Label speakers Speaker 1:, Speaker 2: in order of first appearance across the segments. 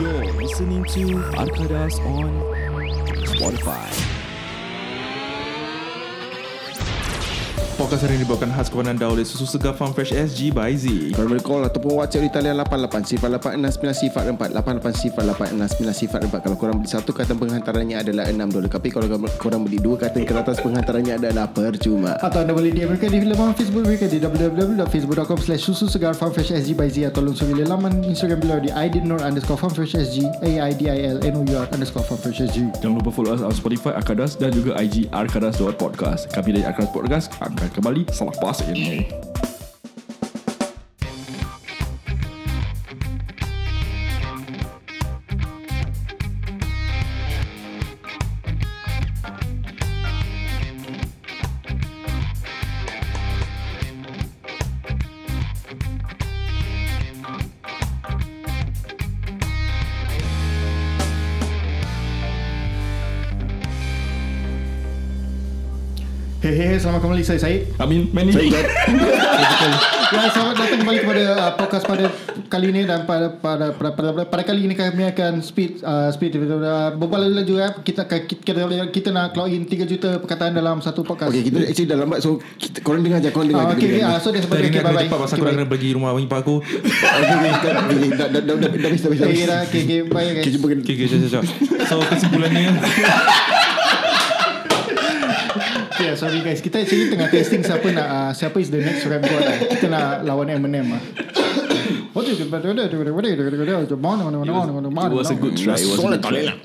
Speaker 1: You're listening to Arkadas on Spotify.
Speaker 2: Podcast hari ini dibawakan khas kepada anda oleh Susu Segar Farm Fresh SG by Z.
Speaker 3: Kalau boleh call ataupun WhatsApp di talian 88 sifar 8 69 sifar 4 88 sifar 8 69 sifar 4 Kalau korang beli satu kata penghantarannya adalah 6 dolar Tapi kalau korang beli dua kata kertas penghantarannya adalah percuma
Speaker 4: Atau anda boleh DM mereka di laman Facebook mereka di www.facebook.com slash susu segar farmfreshsg by Z atau lungsuri laman Instagram beliau di aidinur underscore farmfreshsg A-I-D-I-L-N-O-U-R underscore farmfreshsg
Speaker 2: Jangan lupa follow us on Spotify Arkadas dan juga IG Arkadas.podcast. Kami dari Arkadas Podcast akan kembali selepas ini.
Speaker 4: Hei hei hey, selamat kembali saya Syed
Speaker 2: Amin, Manny.
Speaker 4: Ya selamat datang kembali kepada uh, podcast pada kali ini Dan pada pada, pada, pada, pada, pada kali ini kami akan speed uh, speed uh, Berbual lagi juga kita, kita, kita, kita nak clock in 3 juta perkataan dalam satu podcast
Speaker 3: Okay kita actually dah lambat So kita, korang dengar je Korang dengar
Speaker 4: Ah,
Speaker 3: kita
Speaker 4: okay, okay,
Speaker 3: dengar
Speaker 4: ah, so dia
Speaker 2: Tadi
Speaker 4: sebagai
Speaker 2: ni
Speaker 4: okay,
Speaker 2: aku
Speaker 4: bye-bye.
Speaker 2: cepat pasal
Speaker 4: Okay,
Speaker 2: korang
Speaker 4: bye.
Speaker 2: kena pergi rumah ipar aku.
Speaker 3: Okay, okay, dah- okay, dah- dah- dah- dah- dah habis dah habis dah
Speaker 4: Okay,
Speaker 3: habis.
Speaker 4: dah, okay, okay, bye guys.
Speaker 3: Okay jumpa
Speaker 2: Okay, okay, jom, jom, jom. So, kesimpulannya,
Speaker 4: Okay, sorry guys. Kita actually tengah testing siapa nak uh, siapa is the next rap god. Lah. Kita nak lawan Eminem ah. What you It
Speaker 2: it was
Speaker 4: was
Speaker 2: a good try. It was a good try.
Speaker 3: lah.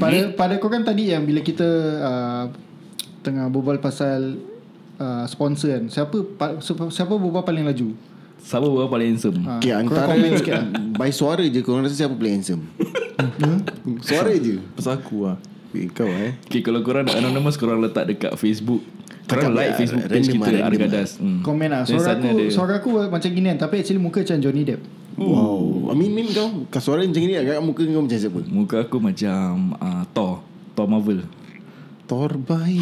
Speaker 4: Pada pada kau kan tadi yang bila kita uh, tengah berbual pasal uh, sponsor kan. Siapa pa, siapa- siapa berbual paling laju?
Speaker 2: Siapa buat paling handsome?
Speaker 4: Ah,
Speaker 3: Okay
Speaker 4: korang
Speaker 3: antara
Speaker 4: komen sikit lah.
Speaker 3: By suara je Korang rasa siapa paling handsome Suara je
Speaker 2: Pasal aku lah.
Speaker 3: Eh, Kau eh
Speaker 2: Okay, kalau korang nak anonymous, korang letak dekat Facebook. Korang
Speaker 3: Dekat
Speaker 2: like
Speaker 3: lah,
Speaker 2: Facebook page
Speaker 3: random lah,
Speaker 2: kita,
Speaker 3: random
Speaker 2: Arkadas. Hmm.
Speaker 4: Komen lah.
Speaker 2: Then
Speaker 4: Suara
Speaker 2: sana
Speaker 4: aku
Speaker 2: ada-
Speaker 4: suara aku macam gini kan. Tapi actually muka macam Johnny Depp.
Speaker 3: Wow Amin Min kau Kau suara macam ni Agak muka kau macam siapa
Speaker 2: Muka aku macam uh, Thor. Thor Marvel.
Speaker 3: Torbai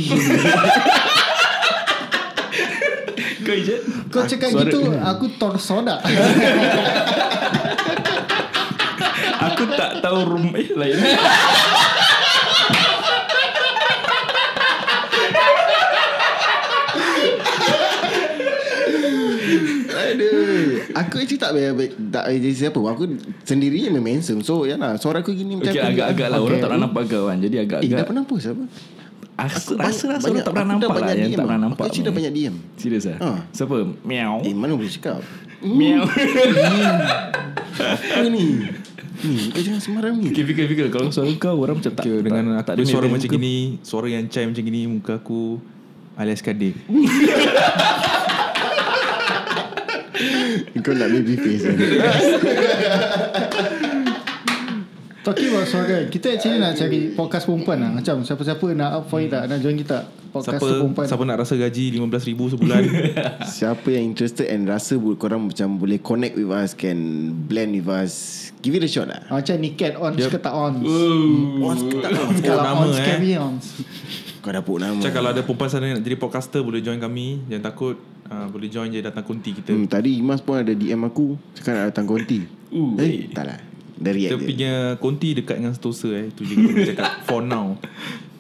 Speaker 2: Kau ijat?
Speaker 4: Kau cakap
Speaker 2: suara-
Speaker 4: gitu aku torsoda.
Speaker 2: Aku tak tahu rumah eh, lain.
Speaker 3: Aduh Aku actually tak payah Tak payah jadi siapa pun. Aku sendiri yang memang handsome So ya lah Suara aku gini macam
Speaker 2: Okey
Speaker 3: aku
Speaker 2: agak-agak lah orang
Speaker 3: Okay.
Speaker 2: tak pernah nampak kau kan. Jadi
Speaker 3: Eh
Speaker 2: agak-agak
Speaker 3: dah pernah post apa
Speaker 2: rasa
Speaker 3: Aku
Speaker 2: rasa rasa orang
Speaker 3: banyak-
Speaker 2: tak pernah
Speaker 3: aku dah
Speaker 2: nampak lah
Speaker 3: banyak
Speaker 2: yang
Speaker 3: DM
Speaker 2: tak pernah
Speaker 3: lah.
Speaker 2: nampak.
Speaker 3: Aku actually dah banyak DM
Speaker 2: Serius ah?
Speaker 3: Ha.
Speaker 2: Siapa? Meow.
Speaker 3: Eh mana boleh cakap
Speaker 2: Meow.
Speaker 3: Apa ni Ni kau jangan sembarang ni
Speaker 2: Okey fikir-fikir kalau suara kau orang macam tak
Speaker 5: Kira dengan
Speaker 2: tak- tak ada
Speaker 5: aku suara
Speaker 2: name
Speaker 5: macam
Speaker 2: muka.
Speaker 5: gini Suara yang chai macam gini Muka aku alias Kadir
Speaker 3: Kau nak baby face eh?
Speaker 4: Talking about suara Kita actually nak cari Podcast perempuan lah Macam siapa-siapa nak up for it tak Nak join kita Podcast
Speaker 5: Siapa
Speaker 4: tu perempuan
Speaker 5: siapa nak rasa gaji RM15,000 sebulan
Speaker 3: Siapa yang interested And rasa bu- korang macam Boleh connect with us Can blend with us Give it a shot lah
Speaker 4: Ah, Macam ni cat on yep. ke tak on
Speaker 5: Hmm.
Speaker 3: Once tak tahu
Speaker 4: Kalau
Speaker 5: nama,
Speaker 4: on
Speaker 5: eh.
Speaker 4: carry on
Speaker 3: Kau dah put nama
Speaker 5: Macam kalau lah, ada perempuan sana Nak jadi podcaster Boleh join kami Jangan takut Ah, Boleh join je Datang kunti kita
Speaker 3: hmm, Tadi Imas pun ada DM aku Cakap nak datang konti
Speaker 2: Ooh,
Speaker 3: Eh tak lah Dah react
Speaker 5: Kita
Speaker 3: je
Speaker 5: punya kunti Dekat dengan Sentosa eh Itu je kita boleh cakap For now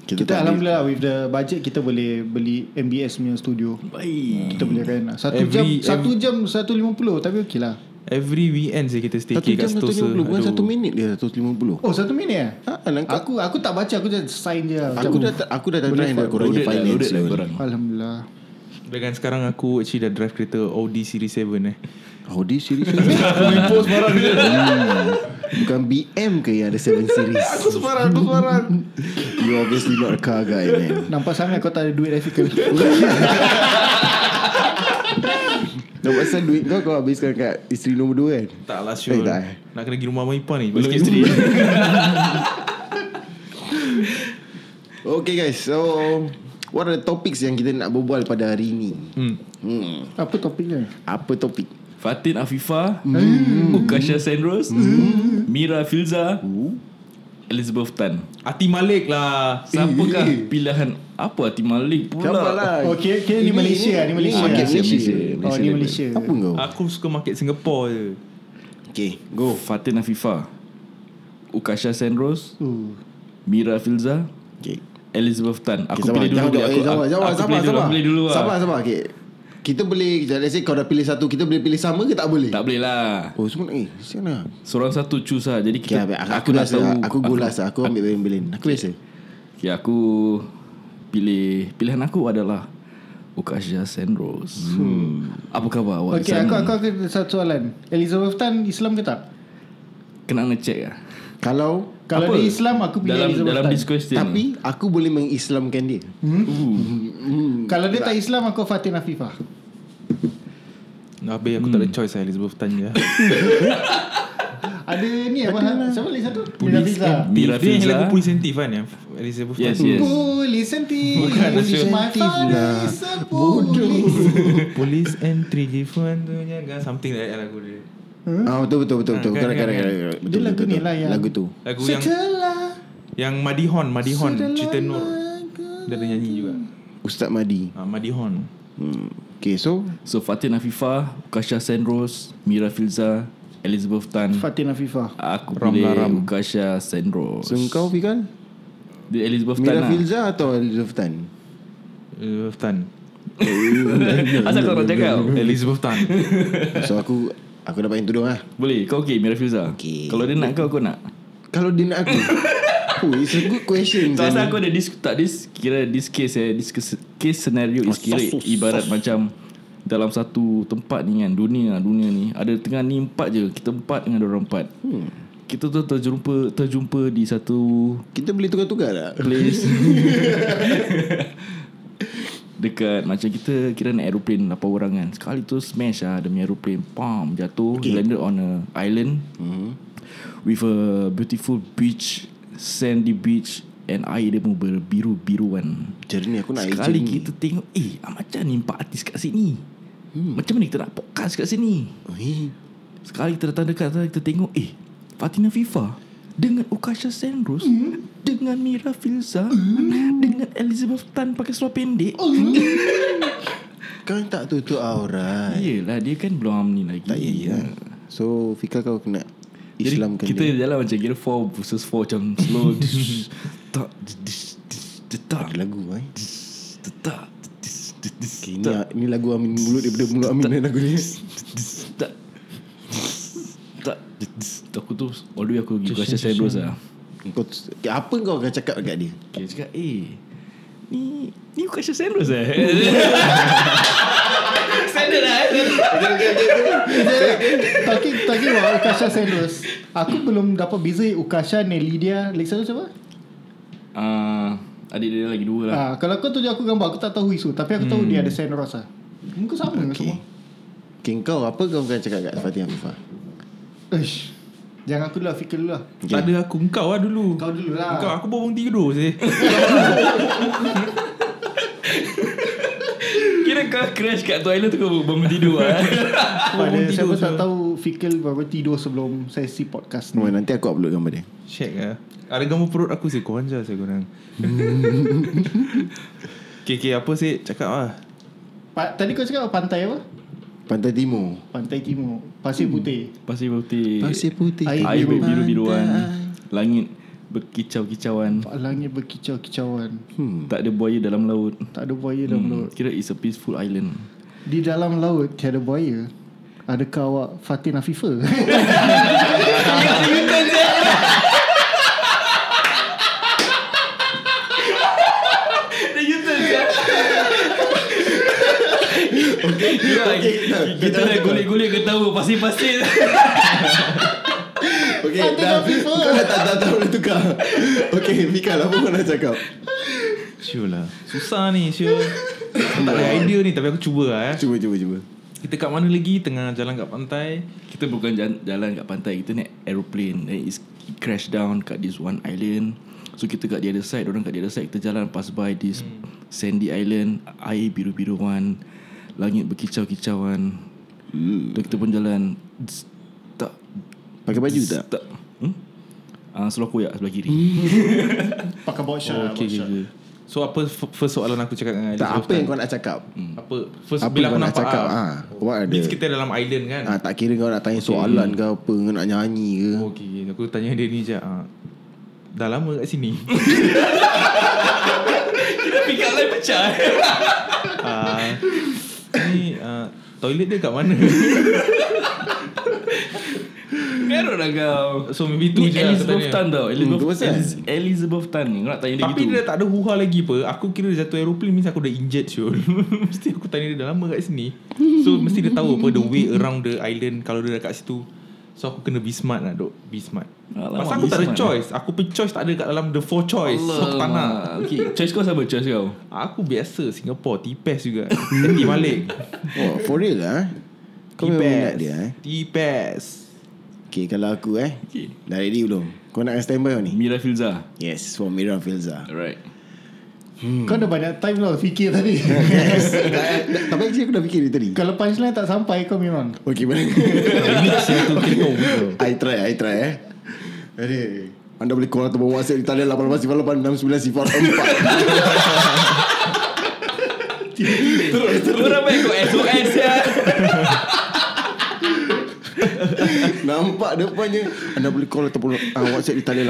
Speaker 4: Kita
Speaker 3: tak boleh-
Speaker 4: Alhamdulillah With the budget Kita boleh beli MBS punya studio
Speaker 3: Hmm.
Speaker 2: Baik.
Speaker 4: Kita boleh rent lah Satu
Speaker 5: Every-
Speaker 4: jam
Speaker 5: every-
Speaker 4: Satu jam Satu lima puluh Tapi okey lah
Speaker 5: Every weekend je kita stay
Speaker 3: Satu
Speaker 5: kat
Speaker 3: jam satu
Speaker 5: Sentosa
Speaker 3: lima puluh Bukan
Speaker 5: Aduh.
Speaker 3: satu minit dia Satu lima puluh
Speaker 4: Oh satu minit eh
Speaker 3: Ah, langkah-
Speaker 4: Aku aku tak baca Aku just sign je lah.
Speaker 3: Aku
Speaker 4: Macam-
Speaker 3: dah tak- aku dah tak try Nak korang
Speaker 2: Loaded lah,
Speaker 3: punya finance
Speaker 2: loaded lah
Speaker 3: ni.
Speaker 2: korang.
Speaker 4: Alhamdulillah
Speaker 5: Dengan sekarang aku Actually dah drive kereta Audi Series 7 eh
Speaker 3: Audi series ni. Hmm. Bukan BM ke yang ada 7 series Aku sebarang Aku sebarang You obviously not a car guy man
Speaker 4: Nampak sangat kau tak ada duit Rafiqul
Speaker 3: Dah pasal duit kau Kau habiskan kat Isteri nombor 2 kan
Speaker 5: Tak lah sure
Speaker 3: Eh, tak eh.
Speaker 5: Nak kena pergi rumah Abang Ipah ni
Speaker 2: Belum
Speaker 5: Belum
Speaker 2: isteri.
Speaker 3: Okay guys So What are the topics Yang kita nak berbual pada hari ni
Speaker 5: hmm.
Speaker 3: hmm.
Speaker 4: Apa topiknya
Speaker 3: Apa topik
Speaker 2: Fatin Afifah,
Speaker 3: Hmm.
Speaker 2: mm. Ukasha Sandros, mm. Mira Filza,
Speaker 3: Hmm.
Speaker 2: Elizabeth Tan.
Speaker 3: Eh,
Speaker 5: Ati Malik lah
Speaker 2: Siapakah pilihan apa Ati Malik pula?
Speaker 3: Sabarlah
Speaker 4: Okay, okay, ni Malaysia lah, ni Malaysia.
Speaker 3: Market
Speaker 2: Malaysia,
Speaker 3: Ah, Malaysia,
Speaker 2: Malaysia.
Speaker 4: Oh ni
Speaker 2: level.
Speaker 4: Malaysia
Speaker 3: Apa kau
Speaker 5: Aku suka market Singapore je
Speaker 3: Okay
Speaker 2: Go Fatin Afifah Ukasha Senros
Speaker 4: Ooh.
Speaker 2: Mira Filza
Speaker 3: Okay.
Speaker 2: Elizabeth Tan Aku
Speaker 3: sabar,
Speaker 2: pilih dulu
Speaker 3: jangan
Speaker 2: boleh
Speaker 3: dok.
Speaker 2: Aku,
Speaker 3: Eh, sabar,
Speaker 2: aku,
Speaker 3: sabar,
Speaker 2: aku
Speaker 3: sabar,
Speaker 2: pilih dulu
Speaker 3: sabar.
Speaker 2: Aku pilih dulu lah
Speaker 3: Sabar, sabar. Okay. Kita boleh, let's say kau dah pilih satu, kita boleh pilih sama ke tak boleh?
Speaker 2: Tak boleh lah
Speaker 3: Oh, semua nak, eh, siapa nak?
Speaker 2: Seorang satu choose lah Jadi
Speaker 3: Okay,
Speaker 2: kita
Speaker 3: aku, aku, aku rasa, tahu. aku golas lah. Aku ambil Wimbledon. Aku biasa.
Speaker 2: okay, aku Pilih Pilihan aku adalah Ukasha Senros hmm. Apa khabar awak
Speaker 4: Okay, aku aku aku ada satu soalan. Elizabeth Tan Islam ke tak?
Speaker 2: Kena ngecek lah
Speaker 3: Kalau
Speaker 4: Kalau
Speaker 2: Apa?
Speaker 4: dia Islam aku pilih
Speaker 2: dalam,
Speaker 4: Elizabeth
Speaker 2: Dalam
Speaker 4: Tan.
Speaker 2: this question
Speaker 3: tapi aku boleh mengislamkan dia.
Speaker 4: Kalau dia tak Islam aku Fatin Afifah.
Speaker 5: Habis aku tak ada choice lah Elizabeth Tan je
Speaker 4: Ada ni apa? ha? Siapa lagi satu? Mira
Speaker 5: Polis
Speaker 4: Fiza.
Speaker 5: kan
Speaker 2: Mira
Speaker 5: Mira Dia yang
Speaker 2: Filza.
Speaker 5: lagu Polis Sentif kan yang f- Elizabeth
Speaker 2: Yes
Speaker 5: Tan
Speaker 2: yes
Speaker 4: Polis senti. Bukan My
Speaker 3: sensitif
Speaker 4: father
Speaker 3: lah.
Speaker 4: is a police.
Speaker 5: Police and 3G Fun tu jaga kan? Something like that lagu dia
Speaker 3: Ah betul betul betul betul.
Speaker 5: Ah,
Speaker 3: Correct correct
Speaker 5: kan, kan,
Speaker 3: correct. correct. Betul,
Speaker 4: Dia lagu
Speaker 3: betul,
Speaker 4: ni
Speaker 3: betul.
Speaker 4: lah yang-
Speaker 3: lagu tu.
Speaker 5: Lagu yang
Speaker 4: Setelah
Speaker 5: Yang Madihon Madihon Cerita Nur Dia ada nyanyi juga
Speaker 3: Ustaz Madi.
Speaker 5: ha, Madihon
Speaker 3: Hmm. Okay so
Speaker 2: So Fatin Afifah Ukasha Senros Mira Filza Elizabeth Tan
Speaker 4: Fatin Afifah.
Speaker 2: Aku
Speaker 5: Ram
Speaker 2: pilih
Speaker 5: Laram.
Speaker 2: Ukasha Senros
Speaker 3: so kau Fikal
Speaker 2: Dia Elizabeth Tan
Speaker 3: Mira
Speaker 2: lah
Speaker 3: Filza atau Elizabeth Tan?
Speaker 5: Elizabeth Tan
Speaker 2: Asal kau nak cakap
Speaker 5: Elizabeth Tan
Speaker 3: So aku aku dapat yang tudung lah.
Speaker 2: Boleh kau okay Mira Filza
Speaker 3: Okey.
Speaker 2: Kalau dia nak kau kau nak
Speaker 3: Kalau dia nak aku. oh, it's a good question.
Speaker 2: Tak
Speaker 3: Zain.
Speaker 2: asal aku ada dis, Tak dis Kira this case eh This case, case scenario is kira Ibarat macam Dalam satu tempat ni kan Dunia lah dunia ni Ada tengah ni empat je Kita empat dengan orang empat Kita tu terjumpa Terjumpa di satu
Speaker 3: Kita boleh tukar-tukar tak?
Speaker 2: place Dekat macam kita Kira naik aeroplane 8 orang kan Sekali tu smash lah Demi aeroplane Pam jatuh okay. Landed on a island mm-hmm. With a beautiful beach Sandy beach And air dia pun berbiru-biruan
Speaker 3: Jernih aku nak
Speaker 2: Sekali
Speaker 3: ejen ni.
Speaker 2: kita tengok Eh ah, macam ni empat artis kat sini hmm. Macam mana kita nak podcast kat sini
Speaker 3: Eh,
Speaker 2: Sekali kita datang dekat sana, Kita tengok Eh Fatina Fifa Dengan Ukasha Senros mm.
Speaker 3: Hmm?
Speaker 2: Dengan Mira Filza mm. Dengan Elizabeth Tan Pakai seluar pendek
Speaker 3: Hmm?
Speaker 2: mm.
Speaker 3: Kau tak tutup aurat.
Speaker 2: Yelah dia kan belum ni lagi
Speaker 3: Tak iya. So Fikal kau kena
Speaker 2: Jadi
Speaker 3: Islamkan
Speaker 2: kita
Speaker 3: dia.
Speaker 2: jalan macam Kira 4 versus 4 Macam slow Dis- Tak dis- dis- Detak
Speaker 3: Ada lagu eh.
Speaker 2: dis- Detak dis- dis- dis-
Speaker 3: Okay, ni, ah, ni lagu Amin mulut daripada mulut Amin dan lagu ni.
Speaker 2: dis- Tak Tak dis- Aku tu All the way aku pergi Ukasha Senros lah
Speaker 3: Kau apa kau akan cakap dekat dia?
Speaker 2: Okay, dia cakap, eh, ni ni bukan Syah Sanders eh? Standard lah eh?
Speaker 4: Talking, talking about Ukasha Sendos Aku belum dapat beza Ukasha Nelidia Lagi satu
Speaker 2: Lah.
Speaker 4: siapa?
Speaker 2: Uh, adik dia lagi dua lah.
Speaker 4: Ah, kalau kau tunjuk aku gambar Aku tak tahu isu Tapi aku tahu
Speaker 2: Hmm.
Speaker 4: dia ada Sendos lah Muka sama okay. semua
Speaker 3: Okay, kau apa kau akan cakap dekat Fatih Afifah?
Speaker 4: Ish. Jangan aku dulu lah, Fikir dulu lah
Speaker 5: Tak ada aku Engkau lah dulu
Speaker 4: Kau dulu lah
Speaker 5: Engkau aku bobong tidur sih
Speaker 2: Kira kau crash kat toilet tu kau bangun tidur lah.
Speaker 4: Pada
Speaker 5: tidur
Speaker 4: siapa tak
Speaker 5: semua.
Speaker 4: tahu Fikir baru tidur sebelum sesi podcast ni
Speaker 3: Oh, nanti aku upload gambar dia.
Speaker 5: Check
Speaker 3: eh?
Speaker 5: lah Ada gambar perut aku sih Korang je saya korang Okay, okay apa sih Cakap lah
Speaker 4: pa- Tadi kau cakap pantai apa?
Speaker 3: Pantai Timur.
Speaker 4: Pantai Timur Pasir Putih
Speaker 2: Pasir putih.
Speaker 3: putih.
Speaker 4: Air
Speaker 2: Air
Speaker 4: biru.
Speaker 2: biru-biruan. Langit berkicau-kicauan.
Speaker 4: Langit berkicau-kicauan
Speaker 2: Tak ada buaya dalam laut. Hmm,
Speaker 4: Tak ada buaya dalam laut
Speaker 2: Kira it's a peaceful island.
Speaker 4: Di dalam laut tiada buaya Adakah awak Fatin Afifah?
Speaker 2: Kira Ya, kita dah gulik-gulik ketawa pasir-pasir.
Speaker 3: Okay, dah. Kau dah tak, tak tahu nak tukar. Okay, Fikal, apa kau nak cakap?
Speaker 5: Sure lah Susah ni sure Tak ada idea ni Tapi aku cuba lah eh
Speaker 3: Cuba, cuba, cuba.
Speaker 5: Kita kat mana lagi Tengah jalan kat pantai
Speaker 2: Kita bukan jalan, jalan kat pantai Kita naik aeroplane Then it's, it crash down Kat this one island So kita kat the other side Orang kat the other side Kita jalan pass by this
Speaker 5: Hmm.
Speaker 2: Sandy island Air biru-biruan Langit berkicau-kicauan hmm. So kita pun jalan Tss, Tak
Speaker 3: Pakai baju tak?
Speaker 2: Tak hmm? uh, Seluar koyak sebelah
Speaker 5: Hmm.
Speaker 2: kiri
Speaker 4: Pakai box shot
Speaker 5: Okay, okay, okay. So apa f- first soalan aku cakap dengan
Speaker 3: Tak,
Speaker 5: Elizabeth
Speaker 3: apa yang kau nak cakap?
Speaker 5: Apa First
Speaker 3: Apa
Speaker 5: bila
Speaker 3: yang
Speaker 5: aku
Speaker 3: kau nak
Speaker 5: nampak
Speaker 3: cakap?
Speaker 5: ah,
Speaker 3: Ah, what ada?
Speaker 5: Means kita dalam island kan
Speaker 3: Ah, tak kira kau nak tanya soalan ke apa, kau nak nyanyi ke.
Speaker 5: Oh, Okay, okay. Aku tanya dia ni je ah, Dah lama kat sini
Speaker 2: Kita pick up line pecah
Speaker 5: Ah, Ni ah, Toilet dia kat mana
Speaker 2: Merah lah kau
Speaker 5: So maybe tu
Speaker 2: Ni
Speaker 5: je lah aku
Speaker 2: Elizabeth Tan
Speaker 5: tanya
Speaker 2: tau Elizabeth,
Speaker 3: tu Hmm, pasal.
Speaker 2: Eliz- Elizabeth Tan ni Kau nak tanya dia
Speaker 5: Tapi
Speaker 2: gitu
Speaker 5: dia tak ada huha lagi apa Aku kira dia jatuh aeroplane Means aku dah injured Syul Mesti aku tanya dia dah lama kat sini So mesti dia tahu apa The way around the island Kalau dia dah kat situ So aku kena be smart lah dok Be smart
Speaker 2: Alamak,
Speaker 5: Pasal aku
Speaker 2: be
Speaker 5: tak ada
Speaker 2: smart,
Speaker 5: choice Aku pun choice tak ada kat dalam The four choice So aku tak nak
Speaker 2: Alamak. Okay Choice kau siapa choice kau
Speaker 5: Aku biasa Singapore Tipes juga Teti balik
Speaker 3: Oh for real lah eh? Hmm. Kau memang minat dia eh?
Speaker 5: Tipes
Speaker 3: Okay kalau aku eh
Speaker 2: Okay.
Speaker 3: Dah ready belum? Kau nak standby kau ni?
Speaker 2: Mira Filza
Speaker 3: Yes for Mira Filza
Speaker 2: Alright
Speaker 4: Kau dah banyak time lah fikir tadi
Speaker 3: Yes Tapi actually aku dah fikir dia tadi
Speaker 4: Kalau punchline tak sampai kau memang
Speaker 3: Okay boleh
Speaker 5: Siapa tu kena
Speaker 3: I try I try eh Aduh anda boleh call atau WhatsApp di talian 88086904.
Speaker 2: Orang baik kau SOS ya
Speaker 3: Nampak depannya. Anda boleh call atau uh, WhatsApp di talian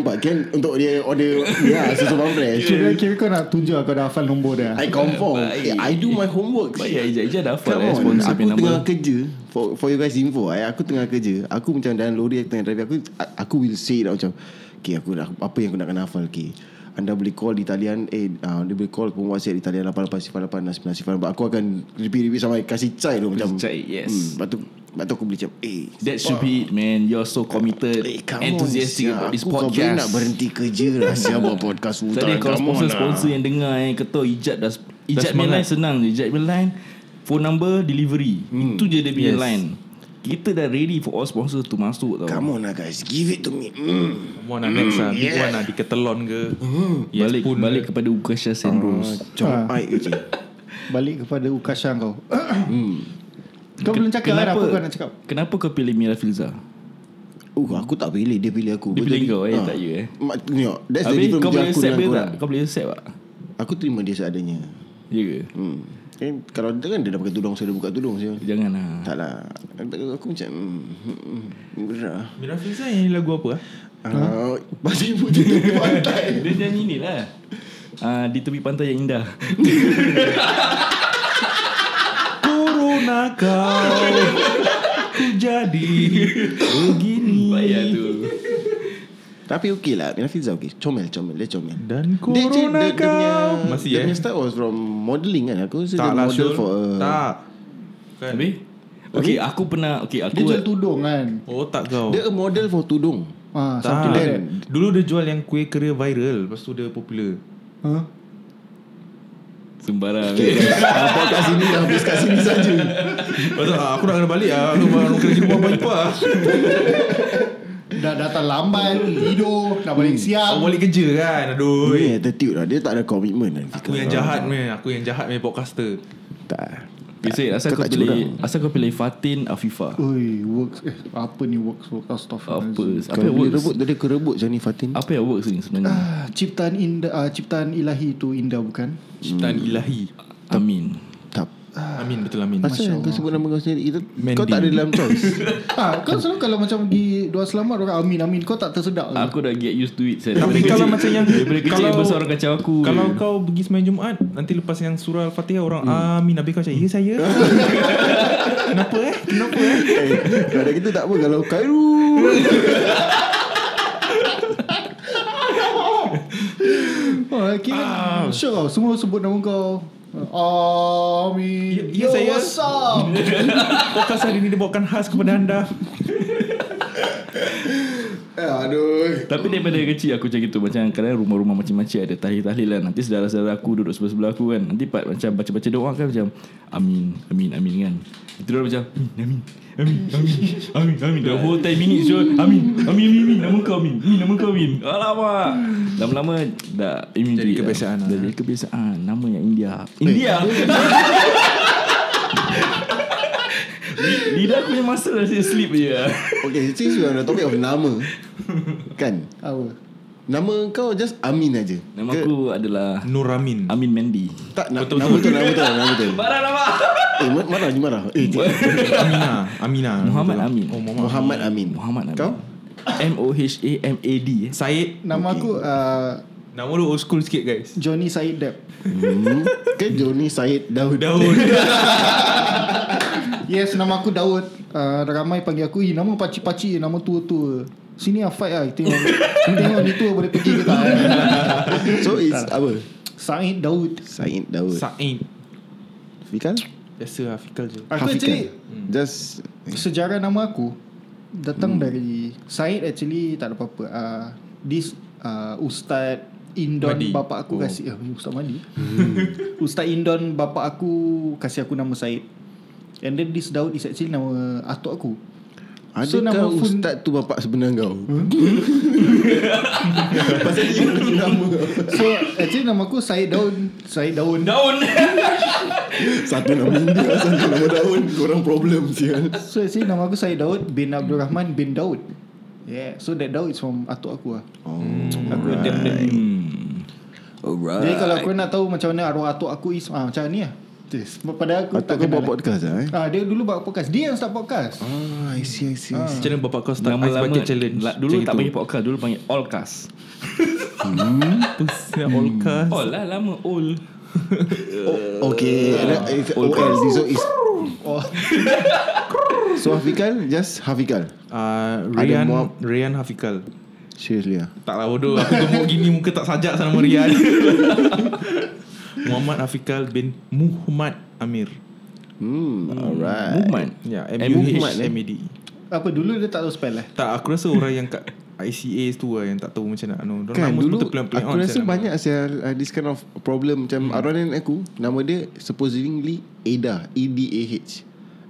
Speaker 3: 88086904 kan untuk dia order ya susu pampres.
Speaker 4: Kira kira kau nak tunjuk kau dah hafal nombor dia
Speaker 3: I confirm.
Speaker 2: Baik.
Speaker 3: Eh, I do my homework.
Speaker 2: Baik ya Ijaz Ijaz dah hafal
Speaker 3: Come
Speaker 2: eh
Speaker 3: on,
Speaker 2: Sponsor
Speaker 3: aku
Speaker 2: punya
Speaker 3: tengah
Speaker 2: nama
Speaker 3: kerja for, for you guys info eh, Aku tengah kerja Aku macam dalam lori Aku tengah drive Aku aku will say lah macam Okay aku nak Apa yang aku nak kena hafal Okay anda boleh call di talian eh uh, dia boleh call pun WhatsApp di talian 88086904 aku akan repeat-repeat sampai kasih chai tu macam hmm,
Speaker 2: chai, yes.
Speaker 3: lepas tu lepas tu aku boleh macam eh
Speaker 2: That should be it man You're so committed
Speaker 3: eh come
Speaker 2: Enthusiastic
Speaker 3: on, sia.
Speaker 2: about this
Speaker 3: aku kau boleh
Speaker 2: podcast
Speaker 3: nak berhenti kerja lah siapa buat podcast hutan
Speaker 2: Tadi kalau
Speaker 3: come on lah.
Speaker 2: sponsor-sponsor yang dengar eh Ketua Ijat dah Ijat punya
Speaker 5: semangat.
Speaker 2: line senang je Ijat punya line Phone number delivery
Speaker 3: Hmm,
Speaker 2: Itu je dia punya
Speaker 5: Yes.
Speaker 2: line Kita dah ready for all sponsor tu masuk tau
Speaker 3: come on lah guys give it to me mm.
Speaker 5: Come on lah next lah Big one lah Di Ketelon ke
Speaker 2: Hmm,
Speaker 5: Yes,
Speaker 2: Balik
Speaker 5: pun
Speaker 2: balik kepada Ukasha
Speaker 3: Ah.
Speaker 2: Sandros
Speaker 3: Cuma ha. je
Speaker 4: Balik kepada Ukasha kau Kau belum cakap lah apa kau nak cakap
Speaker 2: Kenapa kau pilih Mira Filza?
Speaker 3: Uh, aku tak pilih Dia pilih aku
Speaker 2: Dia
Speaker 3: Betul
Speaker 2: pilih
Speaker 3: ni?
Speaker 2: kau eh
Speaker 3: Ah.
Speaker 2: Tak you eh
Speaker 3: Mak, tengok That's the
Speaker 2: Habis
Speaker 3: difference
Speaker 2: kau
Speaker 3: between
Speaker 2: boleh
Speaker 3: aku
Speaker 2: accept
Speaker 3: dan
Speaker 2: dia tak?
Speaker 3: korang
Speaker 2: Kau boleh accept tak?
Speaker 3: Aku terima dia seadanya
Speaker 2: Ya ke?
Speaker 3: hmm. Kan, Kalau dia kan dia dah pakai tudung Saya dah buka tudung saya
Speaker 2: Jangan lah
Speaker 3: Tak lah Aku- Aku macam hmm, hmm, hmm, Murah
Speaker 5: Mira Filza yang lagu apa ah?
Speaker 3: Ah, Pasal ibu dia di pantai
Speaker 2: Dia nyanyi ni lah Ah, Di tepi pantai yang indah
Speaker 5: Corona kau Ku jadi Begini
Speaker 2: Bayar tu
Speaker 3: Tapi okey lah Mira Filza okey Comel comel Dia comel Dia
Speaker 5: Dan
Speaker 3: je-
Speaker 5: Corona
Speaker 3: dia- dia punya-
Speaker 5: kau Masih
Speaker 3: Dia
Speaker 5: eh
Speaker 3: punya start was from Modelling kan Aku rasa
Speaker 5: Tak
Speaker 3: dia
Speaker 5: lah
Speaker 3: model
Speaker 5: Syul
Speaker 3: for uh, a
Speaker 5: Tak Kan
Speaker 2: Habis? Okay aku pernah Okay aku
Speaker 4: Dia jual tudung kan
Speaker 5: Oh tak kau
Speaker 3: Dia a model for tudung
Speaker 4: Ah,
Speaker 5: Tak
Speaker 4: Something like that
Speaker 5: Dulu dia jual yang kuih kera viral Lepas tu dia popular
Speaker 4: Huh?
Speaker 2: Sembarang
Speaker 3: Apa kat sini
Speaker 4: lah,
Speaker 3: dah Habis kat sini saja
Speaker 5: Lepas tu ah, aku nak kena balik ah. Aku baru kena jumpa apa-apa ah.
Speaker 4: Dah datang lambat Tidur Nak balik siang
Speaker 5: Aku balik kerja kan Aduh
Speaker 3: Ini attitude lah Dia tak ada commitment lah
Speaker 5: Aku yang jahat meh Aku yang jahat meh podcaster
Speaker 3: Hmm. Tak
Speaker 2: Besok asal
Speaker 3: Kau
Speaker 2: kau,
Speaker 3: tak
Speaker 2: pilih Asal kau pilih Fatin Afifah
Speaker 4: Ui, works eh, Apa ni works works Astaghfirullah
Speaker 2: Apa Apa
Speaker 3: Kau
Speaker 2: yang
Speaker 3: boleh
Speaker 2: works
Speaker 3: rebut Tadi aku rebut macam ni Fatin
Speaker 2: Apa yang works ni sebenarnya
Speaker 4: Ah, ciptaan indah ah, ciptaan ilahi itu indah bukan?
Speaker 5: Ciptaan ilahi
Speaker 2: Amin
Speaker 3: Tak
Speaker 5: Amin betul amin
Speaker 3: Pasal kau sebut nama kau sendiri Kita, Kau
Speaker 5: Mandy.
Speaker 3: tak ada dalam choice
Speaker 4: ah, kau selalu kalau macam pergi doa selamat orang amin amin kau tak tersedak ke?
Speaker 2: Aku dah get used to it saya.
Speaker 5: Tapi
Speaker 2: Daripada
Speaker 5: kalau
Speaker 2: kecil-
Speaker 5: macam yang
Speaker 2: Daripada kecil
Speaker 5: kalau-
Speaker 2: besar orang kacau aku
Speaker 5: Kalau kau pergi sembahyang Jumaat Nanti lepas yang surah Al-Fatihah Orang
Speaker 2: Hmm.
Speaker 5: amin Habis kau macam Ya saya Kenapa eh Kenapa eh
Speaker 3: Eh, Kalau kita tak apa Kalau Kairu
Speaker 4: Oh, okay. Ah. Sure kau semua sebut nama kau. Amin.
Speaker 5: Ya, ya, saya.
Speaker 4: What's up?
Speaker 5: Podcast hari ini dibawakan khas kepada anda
Speaker 4: Eh,
Speaker 3: Aduh
Speaker 2: Tapi daripada kecil aku macam gitu Macam kadang rumah-rumah macam-macam Ada tahlil-tahlil lah Nanti saudara-saudara aku Duduk sebelah-sebelah aku kan Nanti part macam Baca-baca doa kan Macam Amin Amin Amin kan Itu dia orang macam Amin Amin Amin Amin Amin Amin The whole 10 minutes so, Amin Amin Amin Amin Nama kau Amin Amin Nama kau Amin Alamak Lama-lama Dah Amin
Speaker 5: Jadi kebiasaan
Speaker 2: dah,
Speaker 5: lah. Eh.
Speaker 2: dah jadi kebiasaan Nama yang India India Lidah aku yang masuk Dah sleep je
Speaker 3: Okay since we are on the topic of nama Kan
Speaker 4: Apa?
Speaker 3: Nama kau just Amin aja.
Speaker 2: Nama aku adalah
Speaker 5: Nuramin
Speaker 2: Amin Mendy.
Speaker 3: Tak, na-
Speaker 5: Betul,
Speaker 3: nama tu,
Speaker 5: betul.
Speaker 3: nama tu, nama tu.
Speaker 2: Marah lah, nama.
Speaker 3: Eh, ma- marah je marah. Eh, je.
Speaker 5: Amina Amina
Speaker 2: Muhammad Amin.
Speaker 5: Oh Muhammad
Speaker 3: Muhammad Amin.
Speaker 2: Muhammad Amin.
Speaker 3: Kau?
Speaker 2: M O H A M A D. eh.
Speaker 5: Syed
Speaker 4: Nama aku uh,
Speaker 5: Nama lu old school sikit guys
Speaker 4: Johnny Said Depp
Speaker 3: Hmm. Kan Joni Syed Daud.
Speaker 5: Daun
Speaker 4: Yes nama aku Daud uh, Ramai panggil aku Eh nama pakcik-pakcik Nama tua-tua Sini lah fight lah Tengok Tengok ni tua boleh pergi ke tak eh?
Speaker 3: So it's apa?
Speaker 4: Said Daud
Speaker 3: Syed Daud.
Speaker 5: Said
Speaker 3: Fikal?
Speaker 5: Biasa lah Fikal je
Speaker 4: Aku actually
Speaker 3: Hafikan. Hmm. Just
Speaker 4: Sejarah nama aku Datang hmm. dari Said actually Tak ada apa-apa uh, This uh, Ustaz Indon
Speaker 5: Madi.
Speaker 4: Madi. bapak aku oh. Hmm. kasih eh, Ustaz Madi Ustaz Indon bapak aku Kasih aku nama Said And then this Daud is actually nama atuk aku So, nama
Speaker 3: Adakah so,
Speaker 4: phone-
Speaker 3: ustaz tu bapak sebenar kau? Pasal dia bagi nama
Speaker 4: So actually nama aku Said Daun Said Daun
Speaker 5: Daun
Speaker 3: Satu nama India Satu nama daun Korang problem sial
Speaker 4: So actually nama aku Said Daud bin Abdul Rahman bin Daud Yeah So that Daud is from atuk aku lah Aku damn damn new
Speaker 3: Hmm. Alright
Speaker 4: Jadi kalau kau nak tahu macam mana arwah atuk aku is ah, macam ni lah. Yes. Pada aku
Speaker 3: Atuk
Speaker 4: tak
Speaker 3: kau
Speaker 4: kenal
Speaker 3: buat podcast lah eh
Speaker 4: Ah, dia dulu buat podcast. Dia yang start podcast.
Speaker 3: Ah, I see, I see, I see.
Speaker 5: Macam mana bapak kau start Ice
Speaker 2: Nama lama
Speaker 5: Bucket Challenge
Speaker 2: kan. la- Dulu tak panggil podcast Dulu panggil all cast
Speaker 5: Pusat all cast
Speaker 2: All lah lama all
Speaker 3: Okay ada- it's OL This one is Oh. So Hafikal Just Hafikal
Speaker 5: Ah, Ryan
Speaker 3: Muab.
Speaker 5: Ryan Hafikal
Speaker 3: Seriously lah
Speaker 5: Tak lah bodoh Aku gemuk gini Muka tak sajak sama Ryan Muhammad Hafikal bin Muhammad Amir
Speaker 3: Hmm Alright
Speaker 2: Movement
Speaker 5: Ya yeah,
Speaker 3: Muhammad, eh?
Speaker 5: M-U-H-M-A-D
Speaker 4: Apa dulu dia tak tahu spell eh?
Speaker 5: E. Tak aku rasa orang yang kat ICA tu lah Yang tak tahu macam nak anu. Dorang
Speaker 3: Kan
Speaker 5: nama semua
Speaker 3: dulu
Speaker 5: terpelan-pelan
Speaker 3: Aku
Speaker 5: on,
Speaker 3: rasa
Speaker 5: sial, nama.
Speaker 3: banyak sial uh, This kind of problem Macam hmm. arwah nenek aku Nama dia Supposedly E Ada E-D-A-H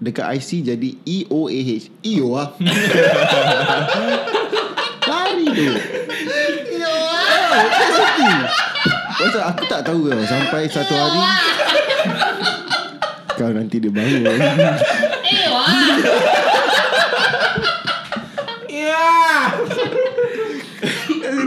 Speaker 3: Dekat IC jadi E E-O-A-H EO lah Lari tu EO lah Masa aku tak tahu tau Sampai satu hari Kau nanti dia bangun
Speaker 5: Ya!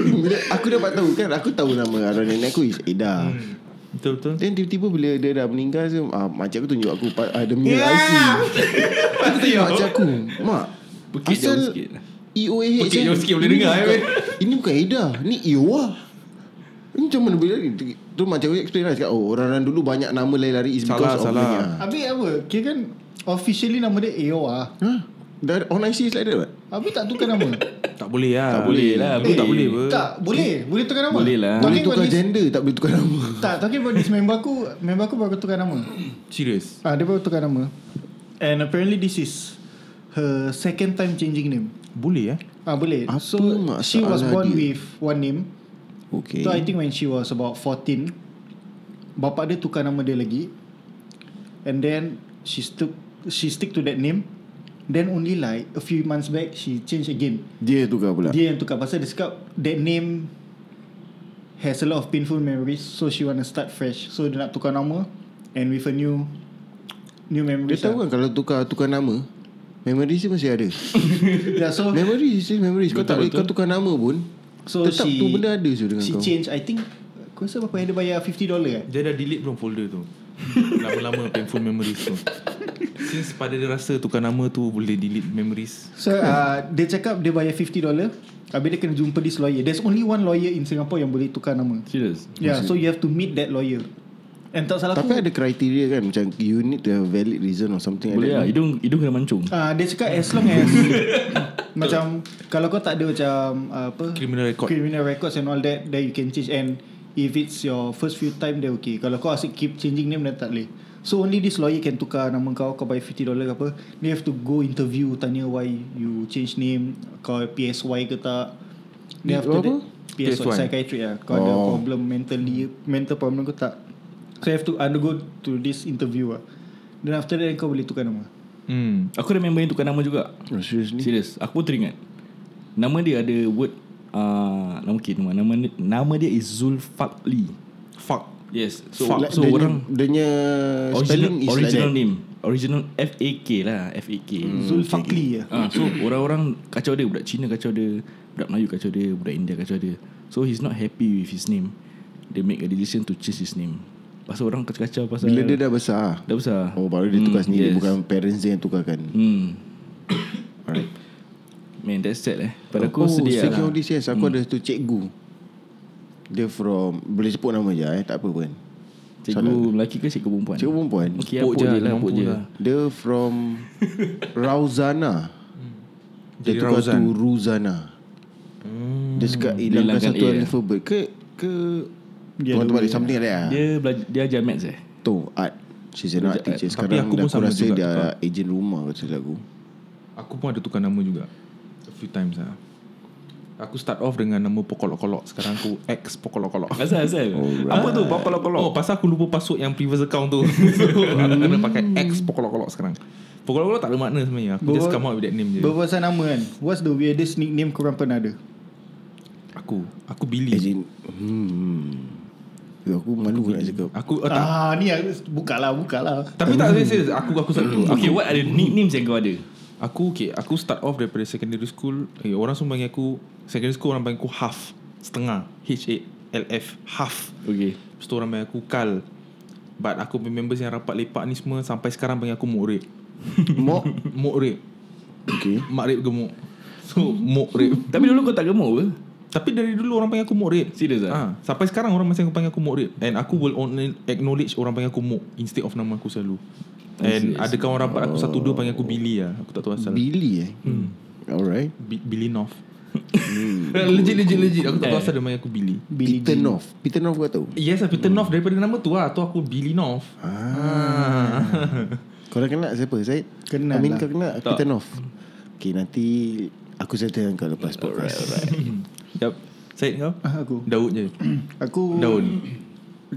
Speaker 3: Bila Aku dapat tahu kan Aku tahu nama arwah nenek aku is Eda hmm.
Speaker 5: Betul-betul
Speaker 3: Then tiba-tiba bila dia dah meninggal tu ah, Makcik aku tunjuk aku pa- ah, Dia
Speaker 4: Ya.
Speaker 3: punya IC Aku tunjuk makcik aku Mak E
Speaker 2: Bukit jauh sikit lah.
Speaker 3: EOAH
Speaker 5: Bukit
Speaker 3: je.
Speaker 5: jauh sikit boleh
Speaker 3: Ini
Speaker 5: dengar, eh,
Speaker 3: bukan- Ini bukan Eda Ni Iowa Ini macam mana bila ni? Tu macam aku explain lah Cakap oh orang-orang dulu banyak nama lari-lari is
Speaker 5: Salah,
Speaker 3: because of
Speaker 5: salah.
Speaker 3: ni, ah.
Speaker 4: Habis apa? Kira kan officially nama dia AO ah.
Speaker 3: Huh? Dah on IC is like that what?
Speaker 5: Ah.
Speaker 4: Habis tak tukar nama.
Speaker 5: Tak boleh lah
Speaker 2: Tak boleh lah
Speaker 5: Dulu
Speaker 2: boleh.
Speaker 5: tak boleh apa
Speaker 4: tak, boleh. Boleh tukar nama.
Speaker 2: Boleh lah.
Speaker 3: Boleh
Speaker 4: Talking
Speaker 3: tukar
Speaker 4: about this,
Speaker 3: gender Tak boleh tukar nama
Speaker 4: tak, talking about this member aku, member aku baru tukar nama.
Speaker 5: Serius
Speaker 4: Ah, dia baru tukar nama. And apparently this is her second time changing name.
Speaker 5: Boleh eh
Speaker 4: Ah, boleh.
Speaker 3: Apa
Speaker 4: so she was
Speaker 3: masalah dia?
Speaker 4: born with one name.
Speaker 3: Okay
Speaker 4: So I think when she was about 14 Bapa dia tukar nama dia lagi And then She stuck She stick to that name Then only like A few months back She change again
Speaker 3: Dia tukar pula
Speaker 4: Dia yang tukar Pasal dia cakap That name Has a lot of painful memories So she wanna start fresh So dia nak tukar nama And with a new
Speaker 3: Dia
Speaker 4: New memories lah.
Speaker 3: tahu kan kalau tukar tukar nama Memories dia masih ada
Speaker 4: yeah, so
Speaker 3: Memories still memories Kau tak boleh
Speaker 5: Betul,
Speaker 3: kau tukar nama pun
Speaker 4: So
Speaker 3: Tetap
Speaker 4: she
Speaker 3: tu benda ada je dengan
Speaker 4: She
Speaker 3: kau
Speaker 4: change I think Kau rasa berapa yang dia bayar 50 dollar kan
Speaker 5: Dia dah delete belum folder tu Lama-lama painful memories tu Since pada dia rasa tukar nama tu Boleh delete memories
Speaker 4: So uh, dia cakap dia bayar 50 dollar Habis dia kena jumpa this lawyer There's only one lawyer in Singapore yang boleh tukar nama
Speaker 2: Serius
Speaker 4: Yeah so you have to meet that lawyer And tak salah
Speaker 3: Tapi ada
Speaker 4: aku
Speaker 3: kriteria kan Macam you need to have valid reason Or something
Speaker 2: Boleh lah
Speaker 3: like that
Speaker 2: Hidung, hidung kena mancung
Speaker 4: uh, Dia cakap as long as Macam Kalau kau tak ada macam uh, apa
Speaker 5: Criminal record.
Speaker 4: Criminal records and all that Then you can change And if it's your first few time Then okay Kalau kau asyik keep changing name Then tak boleh So only this lawyer can tukar nama kau Kau bayar 50 dollar ke apa They have to go interview Tanya why you change name Kau PSY ke tak Then after
Speaker 3: Apa?
Speaker 4: that PSY
Speaker 5: PS1.
Speaker 4: psychiatric lah Kau ada problem mentally Mental problem ke tak So you have to undergo To this interview lah Then after that kau boleh tukar nama
Speaker 5: Hmm
Speaker 2: Aku remember yang tukar nama juga
Speaker 3: Oh, Seriously
Speaker 2: Serius Aku pun teringat Nama dia ada word uh, Nama okay, nama, nama, dia- nama dia is Zulfakli
Speaker 5: Fuck
Speaker 2: Yes So,
Speaker 5: Fuck.
Speaker 2: Fuck.
Speaker 3: Like,
Speaker 2: so
Speaker 3: dia-
Speaker 2: orang
Speaker 3: Dia punya
Speaker 2: Original,
Speaker 3: Spelling is like
Speaker 2: original
Speaker 3: that Hmm.
Speaker 2: name Original F-A-K lah F-A-K
Speaker 4: Zulfakli lah
Speaker 2: Ah, so orang-orang kacau dia budak Cina kacau dia, budak Melayu kacau dia, budak India kacau dia. So he's not happy with his name. They make a decision to change his name. Pasal orang kacau-kacau pasal
Speaker 3: Bila dia dah besar
Speaker 2: dah besar.
Speaker 3: Oh baru dia tukar
Speaker 2: Hmm,
Speaker 3: sendiri
Speaker 2: yes.
Speaker 3: Bukan parents dia yang tukarkan
Speaker 2: Hmm.
Speaker 3: Alright
Speaker 2: Man, that's sad eh. Pada aku
Speaker 3: oh,
Speaker 2: sedih
Speaker 3: Speaking
Speaker 2: lah.
Speaker 3: of this yes Aku ada tu cikgu Dia from Boleh sebut nama je eh Tak apa pun
Speaker 2: Cikgu lelaki ke cikgu perempuan?
Speaker 3: Cikgu perempuan
Speaker 2: Okay,
Speaker 5: Pok
Speaker 2: apuk
Speaker 5: je,
Speaker 2: je lah,
Speaker 5: mampu
Speaker 2: apuk je.
Speaker 5: lah.
Speaker 3: Dia from Rauzana Dia
Speaker 5: Jadi
Speaker 3: tukar
Speaker 5: Rauzan.
Speaker 3: tu Ruzana Dia suka hilangkan
Speaker 2: hilangkan
Speaker 3: satu
Speaker 2: A, eh?
Speaker 3: alphabet Ke Ke Tuan terbalik Something like that lah.
Speaker 2: Dia belajar, dia ajar maths eh?
Speaker 3: Tu art She's an art teacher
Speaker 5: Tapi
Speaker 3: Sekarang
Speaker 5: aku
Speaker 3: aku,
Speaker 5: pun
Speaker 3: aku
Speaker 5: sama
Speaker 3: rasa
Speaker 5: juga
Speaker 3: dia
Speaker 5: tukar.
Speaker 3: Agent rumah Kata aku
Speaker 5: Aku pun ada tukar nama juga A few times lah Aku start off dengan nama Pokolok-kolok Sekarang aku ex Pokolok-kolok
Speaker 2: Asal, asal.
Speaker 3: Oh.
Speaker 2: Apa tu? Bapak lah
Speaker 5: Oh pasal aku lupa password yang previous account tu So aku kena pakai ex Pokolok-kolok sekarang Pokolok-kolok tak ada makna sebenarnya Aku just
Speaker 4: Ber-
Speaker 5: come out with that name je
Speaker 4: Berpasal nama kan What's the weirdest nickname korang pernah ada?
Speaker 5: Aku Aku Billy
Speaker 3: Agent Hmm Yo, Aku malu nak cakap
Speaker 5: Aku oh, tak,
Speaker 4: Ah ni aku Buka lah buka lah
Speaker 5: Tapi tak serius serius. Aku aku start dulu
Speaker 2: Mm. Okay, what are the nicknames yang kau ada?
Speaker 5: Aku okay, aku start off daripada secondary school. Eh, orang semua panggil aku secondary school orang panggil aku half, setengah, H A L F, half.
Speaker 2: Okay.
Speaker 5: Lepas tu orang panggil aku kal. But aku punya members yang rapat lepak ni semua sampai sekarang panggil aku Mokrib.
Speaker 3: Mok
Speaker 5: Mokrib.
Speaker 3: Okay
Speaker 5: Makrib gemuk. So Mokrib.
Speaker 2: Tapi dulu kau tak gemuk ke?
Speaker 5: Tapi dari dulu orang panggil aku Mokrib.
Speaker 2: Serious ah?
Speaker 5: Ha, sampai sekarang orang masih panggil aku Mokrib and aku will only acknowledge orang panggil aku Mok instead of nama aku selalu. And ada kawan rapat aku satu dua panggil
Speaker 2: Oh.
Speaker 5: aku Billy lah. Aku tak tahu asal.
Speaker 3: Billy eh hmm. Alright
Speaker 5: Bi- Billy North
Speaker 2: Hmm.
Speaker 5: Legit legit legit Aku tak tahu
Speaker 2: Eh.
Speaker 5: asal dia panggil aku Billy
Speaker 3: Billy Peter North Peter North kau tahu
Speaker 5: Yes lah Peter North Daripada nama tu lah Tu aku Billy North ah.
Speaker 3: Kau dah kenal siapa Zaid?
Speaker 4: Kenal
Speaker 3: Amin
Speaker 4: lah.
Speaker 3: kau kenal Peter North Okay nanti Aku settle dengan kau lepas podcast
Speaker 5: Sekejap Syed kau
Speaker 4: Ah, Aku
Speaker 5: Daud je
Speaker 4: Hmm. Aku
Speaker 5: Daun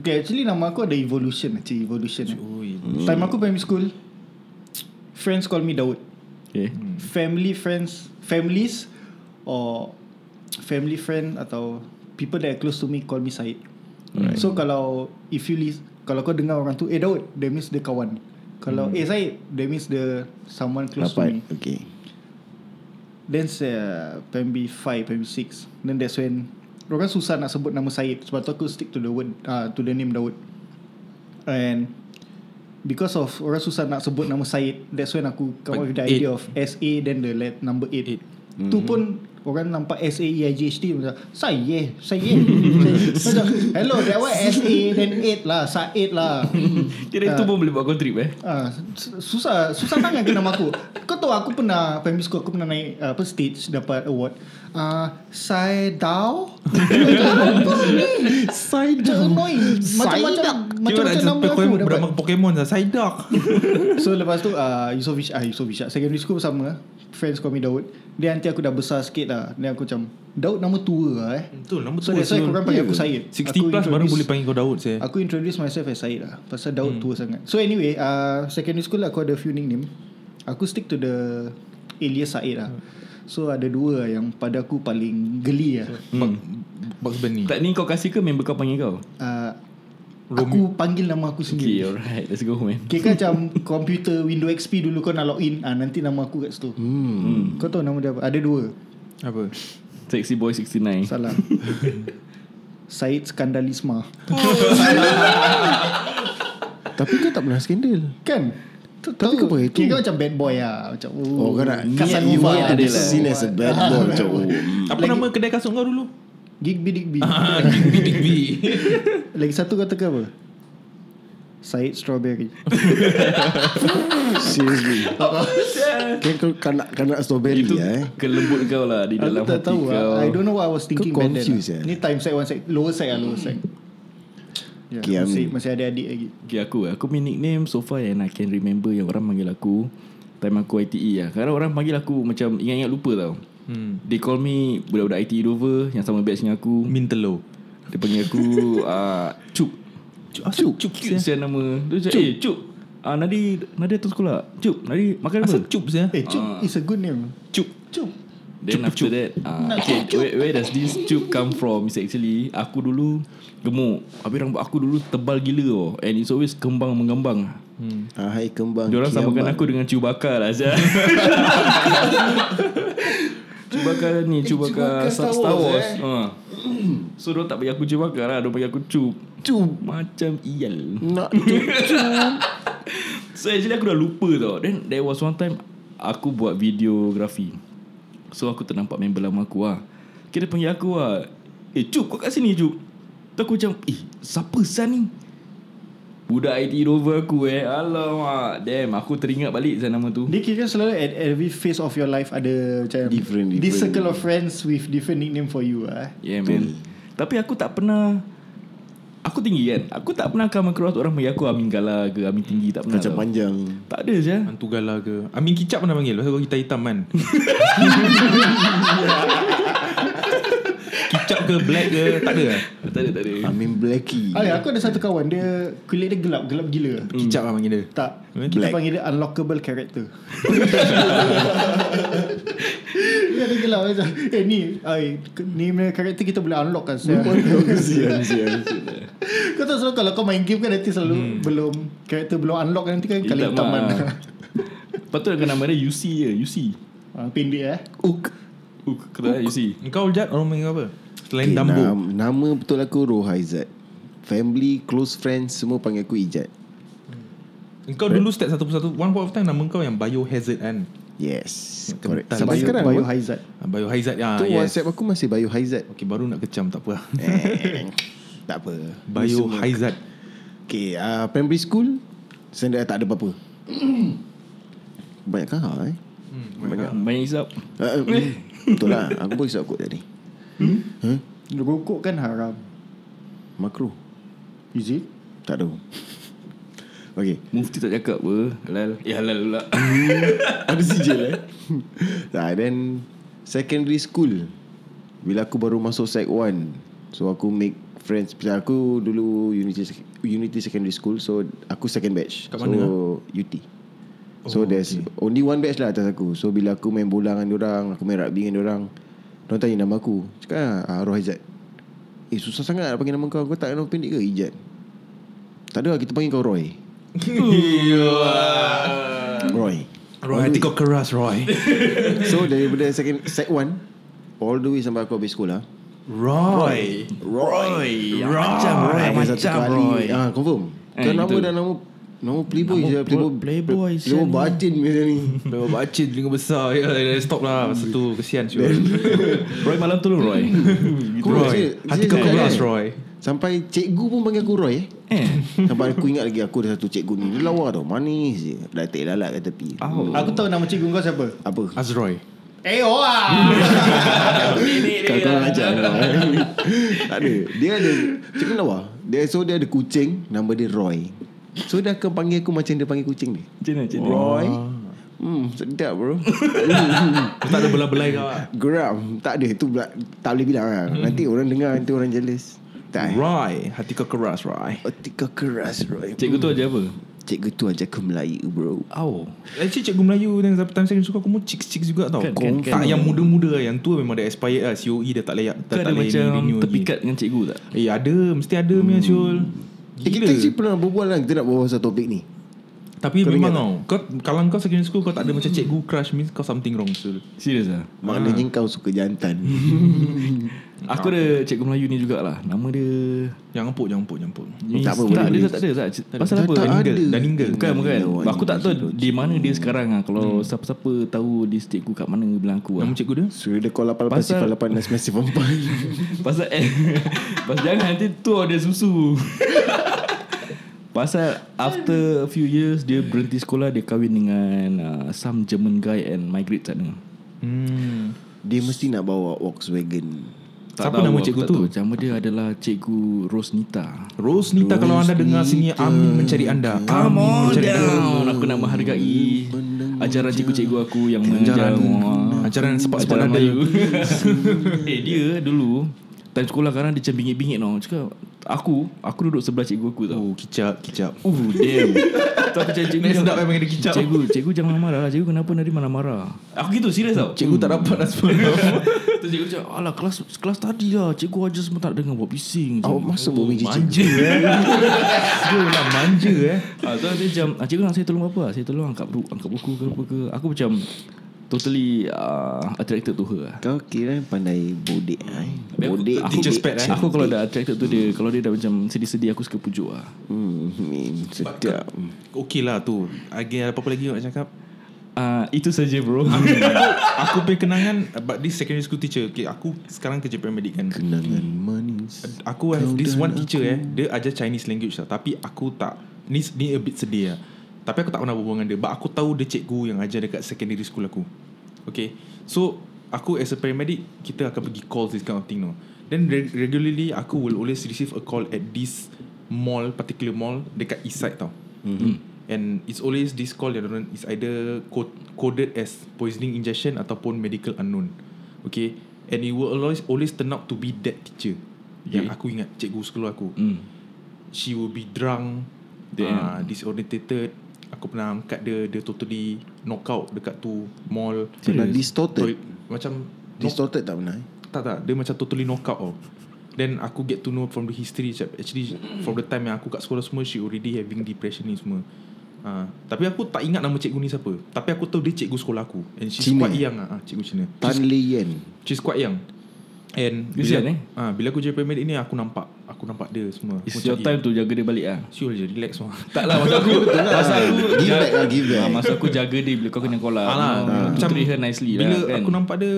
Speaker 4: Okay actually nama aku ada evolution Macam evolution eh.
Speaker 5: Ui
Speaker 4: Time aku primary school Friends call me Daud
Speaker 2: Okay.
Speaker 5: Hmm.
Speaker 4: Family friends Families Or Family friend Atau People that are close to me Call me Syed So kalau If you list Kalau kau dengar orang tu Eh Daud That means dia kawan Kalau
Speaker 5: Hmm.
Speaker 4: eh Syed That means the Someone close to me
Speaker 3: Dapat Okay
Speaker 4: Then uh, Primary 5 Primary 6 Then that's when Orang susah nak sebut nama Syed Sebab tu aku stick to the word uh, To the name Daud And Because of Orang susah nak sebut nama Syed That's when aku Come up with the
Speaker 5: Eight.
Speaker 4: idea of SA Then the let, number 8 Tu pun Orang nampak S A E I J H T Macam Saya Saya Macam Hello That one S A Then 8 lah Syed lah
Speaker 2: Kira itu pun boleh buat kau trip eh?
Speaker 4: Ah, su- susah susah sangat ke nama aku. Kau tahu aku pernah primary school aku pernah naik ah, apa stage dapat award. Ah, saya Dao. Apa ni? Saya Dao. Annoying. Macam-macam
Speaker 5: Kira nak
Speaker 4: macam-macam
Speaker 5: macam
Speaker 4: nama aku
Speaker 5: Pokemon
Speaker 4: dapat.
Speaker 5: Bernama Pokemon lah Psyduck
Speaker 4: So lepas tu ah Yusof Ishak ah, Yusof Ishak Secondary school sama ah. Friends call me Daud Dia nanti aku dah besar sikit lah Dia aku macam Daud nama tua lah eh
Speaker 5: Betul nama
Speaker 4: So
Speaker 5: tu
Speaker 4: that's why korang panggil aku Syed
Speaker 5: 60 plus baru boleh panggil kau Daud saya
Speaker 4: Aku introduce myself as Syed lah Pasal Daud tua sangat So anyway uh, Secondary school aku ada few nickname Aku stick to the Alias Syed lah So ada dua lah yang pada aku paling geli lah
Speaker 5: Hmm. Bugs Bunny
Speaker 2: Tak ni kau kasih ke member kau panggil kau?
Speaker 4: uh, Aku panggil nama aku
Speaker 2: Okay,
Speaker 4: sendiri
Speaker 2: alright. Let's go man.
Speaker 4: Kira kan macam Komputer Windows XP dulu kau nak login ah, Nanti nama aku kat situ hmm. Kau tahu nama dia apa? Ada dua
Speaker 5: Apa
Speaker 2: Sexy Boy 69.
Speaker 4: Salah Syed Skandalisma
Speaker 3: Tapi kau tak pernah skandal
Speaker 4: Kan
Speaker 3: Tapi kau pakai tu.
Speaker 4: Kira kau macam bad boy lah Macam
Speaker 3: Oh kau nak You
Speaker 4: Casanova
Speaker 3: want to
Speaker 4: ada
Speaker 3: be
Speaker 4: lah
Speaker 3: seen as a bad boy Macam oh
Speaker 5: Apa nama kedai kasut kau dulu
Speaker 4: Gigby Digby
Speaker 5: Ah, Digby Digby
Speaker 4: Lagi satu kata ke apa Syed Strawberry
Speaker 3: Seriously Kan kau kanak-kanak strawberry
Speaker 2: Itu
Speaker 3: lah eh
Speaker 2: kelembut kau lah di
Speaker 4: Aku
Speaker 2: dalam
Speaker 4: tak
Speaker 2: hati
Speaker 4: tahu
Speaker 2: kau.
Speaker 4: lah I don't know what I was thinking
Speaker 3: Kau
Speaker 4: back then
Speaker 3: confused, eh?
Speaker 4: lah. Ni time set one set Lower set lah lower set Ya,
Speaker 3: Okay,
Speaker 4: masih,
Speaker 3: Amin.
Speaker 4: masih ada adik lagi
Speaker 2: Okay, aku. Aku punya nickname so far yang I can remember yang orang panggil aku. Time aku ITE lah. Kadang orang panggil aku macam ingat-ingat lupa tau. Hmm. They call me budak-budak ITE Dover yang sama batch dengan aku.
Speaker 5: Mintelo
Speaker 2: Dia panggil aku uh, Cuk Cuk Cuk Saya nama Dia cakap eh Cuk Ah Nadi Nadi datang sekolah Cuk Nadi makan apa
Speaker 5: Asal cup saya
Speaker 4: Eh Cuk
Speaker 3: Ah.
Speaker 4: is a good name
Speaker 5: Cup
Speaker 4: Cuk
Speaker 2: Then after that uh, Okay where, where does this Cuk come from Is actually Aku dulu Gemuk Habis rambut aku dulu Tebal gila oh. And it's always Kembang mengembang
Speaker 3: Ah, Hai kembang
Speaker 2: Diorang samakan
Speaker 3: kiamat.
Speaker 2: aku dengan Chewbacca lah Azhar Chewbacca ni Chewbacca Star,
Speaker 3: Chewbacca Eh, Star
Speaker 2: Star
Speaker 3: Wars,
Speaker 2: Wars,
Speaker 3: eh.
Speaker 2: Ha. So dia tak bagi aku Chewbacca lah Dia bagi aku Chew Chew Macam iyal
Speaker 3: Nak tu
Speaker 2: So actually aku dah lupa tau Then there was one time Aku buat videografi So aku ternampak member lama aku lah Kira dia panggil aku lah Eh Cuk kau kat sini Cuk Tu aku macam Eh siapa San ni Budak IT rover aku eh Alamak Damn aku teringat balik San nama tu
Speaker 4: Dia kira selalu at every phase of your life ada macam
Speaker 3: Different, different.
Speaker 4: This circle of friends with different nickname for you ah.
Speaker 2: Yeah man Tapi aku tak pernah Aku tinggi kan Aku tak pernah come across Orang panggil aku Amin Gala ke Amin Tinggi Tak pernah
Speaker 3: Kacang
Speaker 2: tau.
Speaker 3: panjang
Speaker 2: Tak ada je
Speaker 5: Hantu gala ke Amin kicap pernah panggil Pasal kau kita hitam kan Kicap ke black ke Tak ada eh?
Speaker 2: Tak ada tak ada
Speaker 3: Amin Blackie
Speaker 4: Ah, ya, aku ada satu kawan dia kulit dia gelap, gelap gila.
Speaker 5: Kicap lah panggil dia
Speaker 4: Hmm. Tak.
Speaker 5: Black.
Speaker 4: Kita panggil dia unlockable character. dia ada gelap macam, eh ni, ai, ni punya karakter kita boleh unlock kan. Saya.
Speaker 3: Sian sian
Speaker 4: kau tahu selalu kalau kau main game kan nanti selalu belum karakter belum unlock kan, nanti kan kali
Speaker 2: Hitam
Speaker 4: taman.
Speaker 2: ah. Lepas tu dengan nama dia UC je UC
Speaker 4: ah, pendek eh.
Speaker 2: Uk Uk Kena UC
Speaker 5: Kau Jad orang panggil kau apa Selain
Speaker 3: Okay,
Speaker 5: Dumbo
Speaker 3: nama, nama betul aku Rohaizat Family, close friends Semua panggil aku Ijat
Speaker 5: Kau dulu step satu persatu One point of time Nama kau yang biohazard kan
Speaker 3: Yes
Speaker 5: Kental.
Speaker 3: Correct Sampai
Speaker 4: Bio-
Speaker 3: sekarang
Speaker 4: Bio
Speaker 3: apa?
Speaker 4: Haizat.
Speaker 5: Ah, Biohazard ya,
Speaker 3: Tu
Speaker 5: yes.
Speaker 3: WhatsApp aku masih Bayu Haizat
Speaker 5: Okay baru nak kecam tak apa
Speaker 3: Eh, Tak apa
Speaker 5: Biohazard
Speaker 3: Okay uh, Primary school Saya dah tak ada apa-apa Banyak kahak eh
Speaker 2: Banyak Banyak isap
Speaker 3: uh, Betul lah Aku pun hisap kot tadi
Speaker 4: Rokok kan haram.
Speaker 3: Makro
Speaker 4: Is it?
Speaker 3: Tak tahu Okay
Speaker 2: Mufti tak cakap apa Halal Eh halal pula
Speaker 3: Ada sijil eh nah, Then Secondary school Bila aku baru masuk sec 1 So aku make friends Pasal Aku dulu Unity Sec- Unity Secondary School So aku second batch
Speaker 5: Kat
Speaker 3: So
Speaker 5: mana?
Speaker 3: UT So oh, there's Only one batch lah atas aku So bila aku main bola dengan orang, Aku main rugby dengan orang, Diorang tanya nama aku Cakap ah, Rohaizat Eh susah sangat nak panggil nama kau Kau tak ada nama pendek ke Ijat Tak ada lah kita panggil kau Roy Roy
Speaker 5: Ah. Roy hati kau keras Roy
Speaker 3: So daripada second set one All the way sampai aku habis sekolah
Speaker 5: Roy
Speaker 2: Roy
Speaker 5: Roy.
Speaker 2: Macam Ya, Roy
Speaker 3: Ada satu
Speaker 2: Macam
Speaker 3: kali,
Speaker 2: Roy
Speaker 3: ah, Confirm
Speaker 2: Eh,
Speaker 3: Kau nama
Speaker 2: gitu.
Speaker 3: dah nama Nama playboy
Speaker 2: Nama
Speaker 3: je Playboy
Speaker 2: playboy,
Speaker 3: Playboy
Speaker 2: sial.
Speaker 3: batin macam ni
Speaker 5: Bawa baca telinga besar ya, ya, Stop lah Masa tu kesian sure.
Speaker 2: Roy malam tu lu Roy
Speaker 3: Kau
Speaker 5: Roy
Speaker 3: serious-
Speaker 5: Hati
Speaker 3: serious
Speaker 5: kau
Speaker 3: sangat,
Speaker 5: keras
Speaker 3: kan?
Speaker 5: Roy
Speaker 3: Sampai cikgu pun panggil aku Roy eh
Speaker 2: Eh
Speaker 3: Sampai aku ingat lagi Aku ada satu cikgu ni Dia lawa tau Manis je Datik lalat kat tepi
Speaker 2: Au
Speaker 4: Aku tahu nama cikgu kau siapa.
Speaker 3: Apa
Speaker 2: Ah,
Speaker 5: Azroy
Speaker 4: Eh, oh ah.
Speaker 3: Kau kau ajar kau, eh. Tak ada Dia ada Cikgu lawa dia, So dia ada kucing Nama dia Roy So dia akan panggil aku Macam dia panggil kucing dia
Speaker 2: Macam mana macam mana
Speaker 3: Roy Hmm sedap bro
Speaker 5: Tak ada belah-belai kau
Speaker 3: Kan?
Speaker 5: ah.
Speaker 3: Geram Tak ada Itu pula Tak boleh bilang lah Nanti orang dengar Nanti orang jealous Tak eh.
Speaker 5: Roy Hati kau keras Roy
Speaker 3: Otak kau keras Roy
Speaker 2: Cikgu tu ajar apa
Speaker 3: Cikgu tu ajak aku Melayu bro
Speaker 2: Au
Speaker 5: Actually Eh, cikgu Melayu Dan time secondary school Aku pun chicks-chicks juga tau
Speaker 2: Kan,
Speaker 5: Kau
Speaker 2: kan,
Speaker 5: Tak
Speaker 2: kan.
Speaker 5: yang muda-muda Yang tua memang dah expired lah COE dah tak layak
Speaker 2: Kau
Speaker 5: Dah
Speaker 2: ada
Speaker 5: tak layak
Speaker 2: macam
Speaker 5: renew lagi.
Speaker 2: Terpikat dengan cikgu tak
Speaker 5: Eh ada Mesti ada punya Syul
Speaker 3: eh, Kita actually pernah berbual lah Kita nak berbual pasal topik ni
Speaker 5: Tapi memang tau kau, Kalau kau secondary school Kau tak ada macam cikgu crush Means kau something wrong Syul
Speaker 2: Serius lah
Speaker 3: Maknanya kau suka jantan
Speaker 2: Aku ada cikgu Melayu ni jugalah Nama dia
Speaker 5: Jangan puk Jangan puk Jangan puk
Speaker 2: Ni-
Speaker 3: Tak apa, boleh,
Speaker 2: Tak ada
Speaker 3: boleh.
Speaker 2: tak ada tak. Pasal
Speaker 3: Tak
Speaker 2: apa
Speaker 3: ada.
Speaker 5: Dah ninggal
Speaker 2: Bukan bukan
Speaker 3: Awak
Speaker 2: Aku tak tahu Di mana dia sekarang lah. Kalau siapa-siapa tahu Dia cikgu kat mana Bilang aku lah
Speaker 5: Nama cikgu dia
Speaker 3: Suruh dia call 88
Speaker 2: Pasal-
Speaker 3: Pasal 88
Speaker 2: Pasal eh, Pasal jangan nanti tu ada susu Pasal after a few years Dia berhenti sekolah Dia kahwin dengan uh, Some German guy And migrate sana
Speaker 5: Hmm
Speaker 3: Dia mesti nak bawa Volkswagen
Speaker 5: Siapa nama
Speaker 2: aku
Speaker 5: cikgu
Speaker 2: tak
Speaker 5: tu?
Speaker 2: tahu. Nama dia adalah Cikgu Rosnita
Speaker 5: Rose Nita kalau anda dengar sini Amin mencari anda
Speaker 2: Come
Speaker 5: Amin
Speaker 2: on
Speaker 5: mencari
Speaker 2: down Aku nak menghargai Ajaran cikgu-cikgu aku Yang mengajar
Speaker 5: Ajaran
Speaker 2: Wah.
Speaker 5: Ajaran sepak-sepak
Speaker 2: Ajaran
Speaker 5: nada
Speaker 2: Melayu Eh dia dulu Time sekolah sekarang Dia macam bingit-bingit tau Cakap Aku Aku duduk sebelah cikgu aku tau
Speaker 5: Oh kicap kicap
Speaker 2: Uh, damn. Tu aku cakap cikgu.
Speaker 5: Next sedap
Speaker 2: jangan-
Speaker 5: eh panggil dia kicap.
Speaker 2: Cikgu, cikgu jangan marah lah. Cikgu kenapa tadi marah-marah? Aku gitu serius tau.
Speaker 5: Cikgu tak dapat dah sebenarnya
Speaker 2: Tu cikgu cakap, "Alah, kelas kelas tadi lah. Cikgu aja semua tak dengar buat bising." Oh,
Speaker 3: Awak masuk bumi cici
Speaker 5: Manja eh Dia nak manja eh
Speaker 2: Ah, tu dia macam, "Ah, cikgu nak saya tolong apa? Saya tolong angkat buku, angkat buku ke apa ke?" Aku macam totally uh, attracted to her lah.
Speaker 3: Kau kira pandai bodek eh. Bodek
Speaker 5: teacher's
Speaker 3: bodek.
Speaker 5: pet eh.
Speaker 2: Aku kalau dah attracted to dia Kalau dia dah macam sedih-sedih Aku suka pujuk lah
Speaker 3: Hmm, min, sedap.
Speaker 5: Okay lah tu Lagi apa-apa lagi nak cakap
Speaker 2: uh, Itu saja bro
Speaker 5: Aku punya kenangan But this secondary school teacher okay, Aku sekarang kerja paramedic kan
Speaker 3: Kenangan manis.
Speaker 5: Aku have this one teacher eh Dia ajar Chinese language lah Tapi aku tak Ni, ni a bit sedih lah Tapi aku tak pernah berbual dengan dia But aku tahu dia cikgu yang ajar dekat secondary school aku Okay So Aku as a paramedic Kita akan pergi call this kind of thing no Then re- regularly Aku will always receive a call at this Mall Particular mall Dekat east side tau mm-hmm. And it's always this call yang dorang- It's either code, coded as Poisoning injection Ataupun medical unknown Okay And it will always always turn out to be that teacher okay. Yang aku ingat cikgu sekolah aku
Speaker 2: Hmm.
Speaker 5: She will be drunk uh, Disorientated Aku pernah angkat dia Dia totally knock out Dekat tu mall
Speaker 3: Pernah
Speaker 5: Serious?
Speaker 3: distorted?
Speaker 5: Toi- Macam knock
Speaker 3: Distorted tak pernah? eh?
Speaker 5: tak tak Dia macam totally knock out tau Then aku get to know From the history macam Actually From the time yang aku kat sekolah semua She already having depression ni semua ha, Tapi aku tak ingat nama cikgu ni siapa Tapi aku tahu dia cikgu sekolah aku And she's
Speaker 3: Cina.
Speaker 5: Cina. quite young ah, ah, Cikgu Cina
Speaker 3: Tan Lian.
Speaker 5: She's quite young And
Speaker 2: Kesian,
Speaker 5: bila,
Speaker 2: eh?
Speaker 5: ah, bila aku jadi paramedic ni Aku nampak Aku nampak dia semua
Speaker 2: It's
Speaker 5: Aku
Speaker 2: your
Speaker 5: macam,
Speaker 2: time tu jaga dia balik lah
Speaker 5: eh, Syul je relax semua
Speaker 2: Tak lah masa aku Masa aku
Speaker 3: Give back lah, give back.
Speaker 2: Ah, Masa aku jaga dia Bila kau kena call lah
Speaker 5: Alah,
Speaker 2: Macam Treat her nicely
Speaker 5: Ah, Bila
Speaker 2: lah kan
Speaker 5: aku nampak dia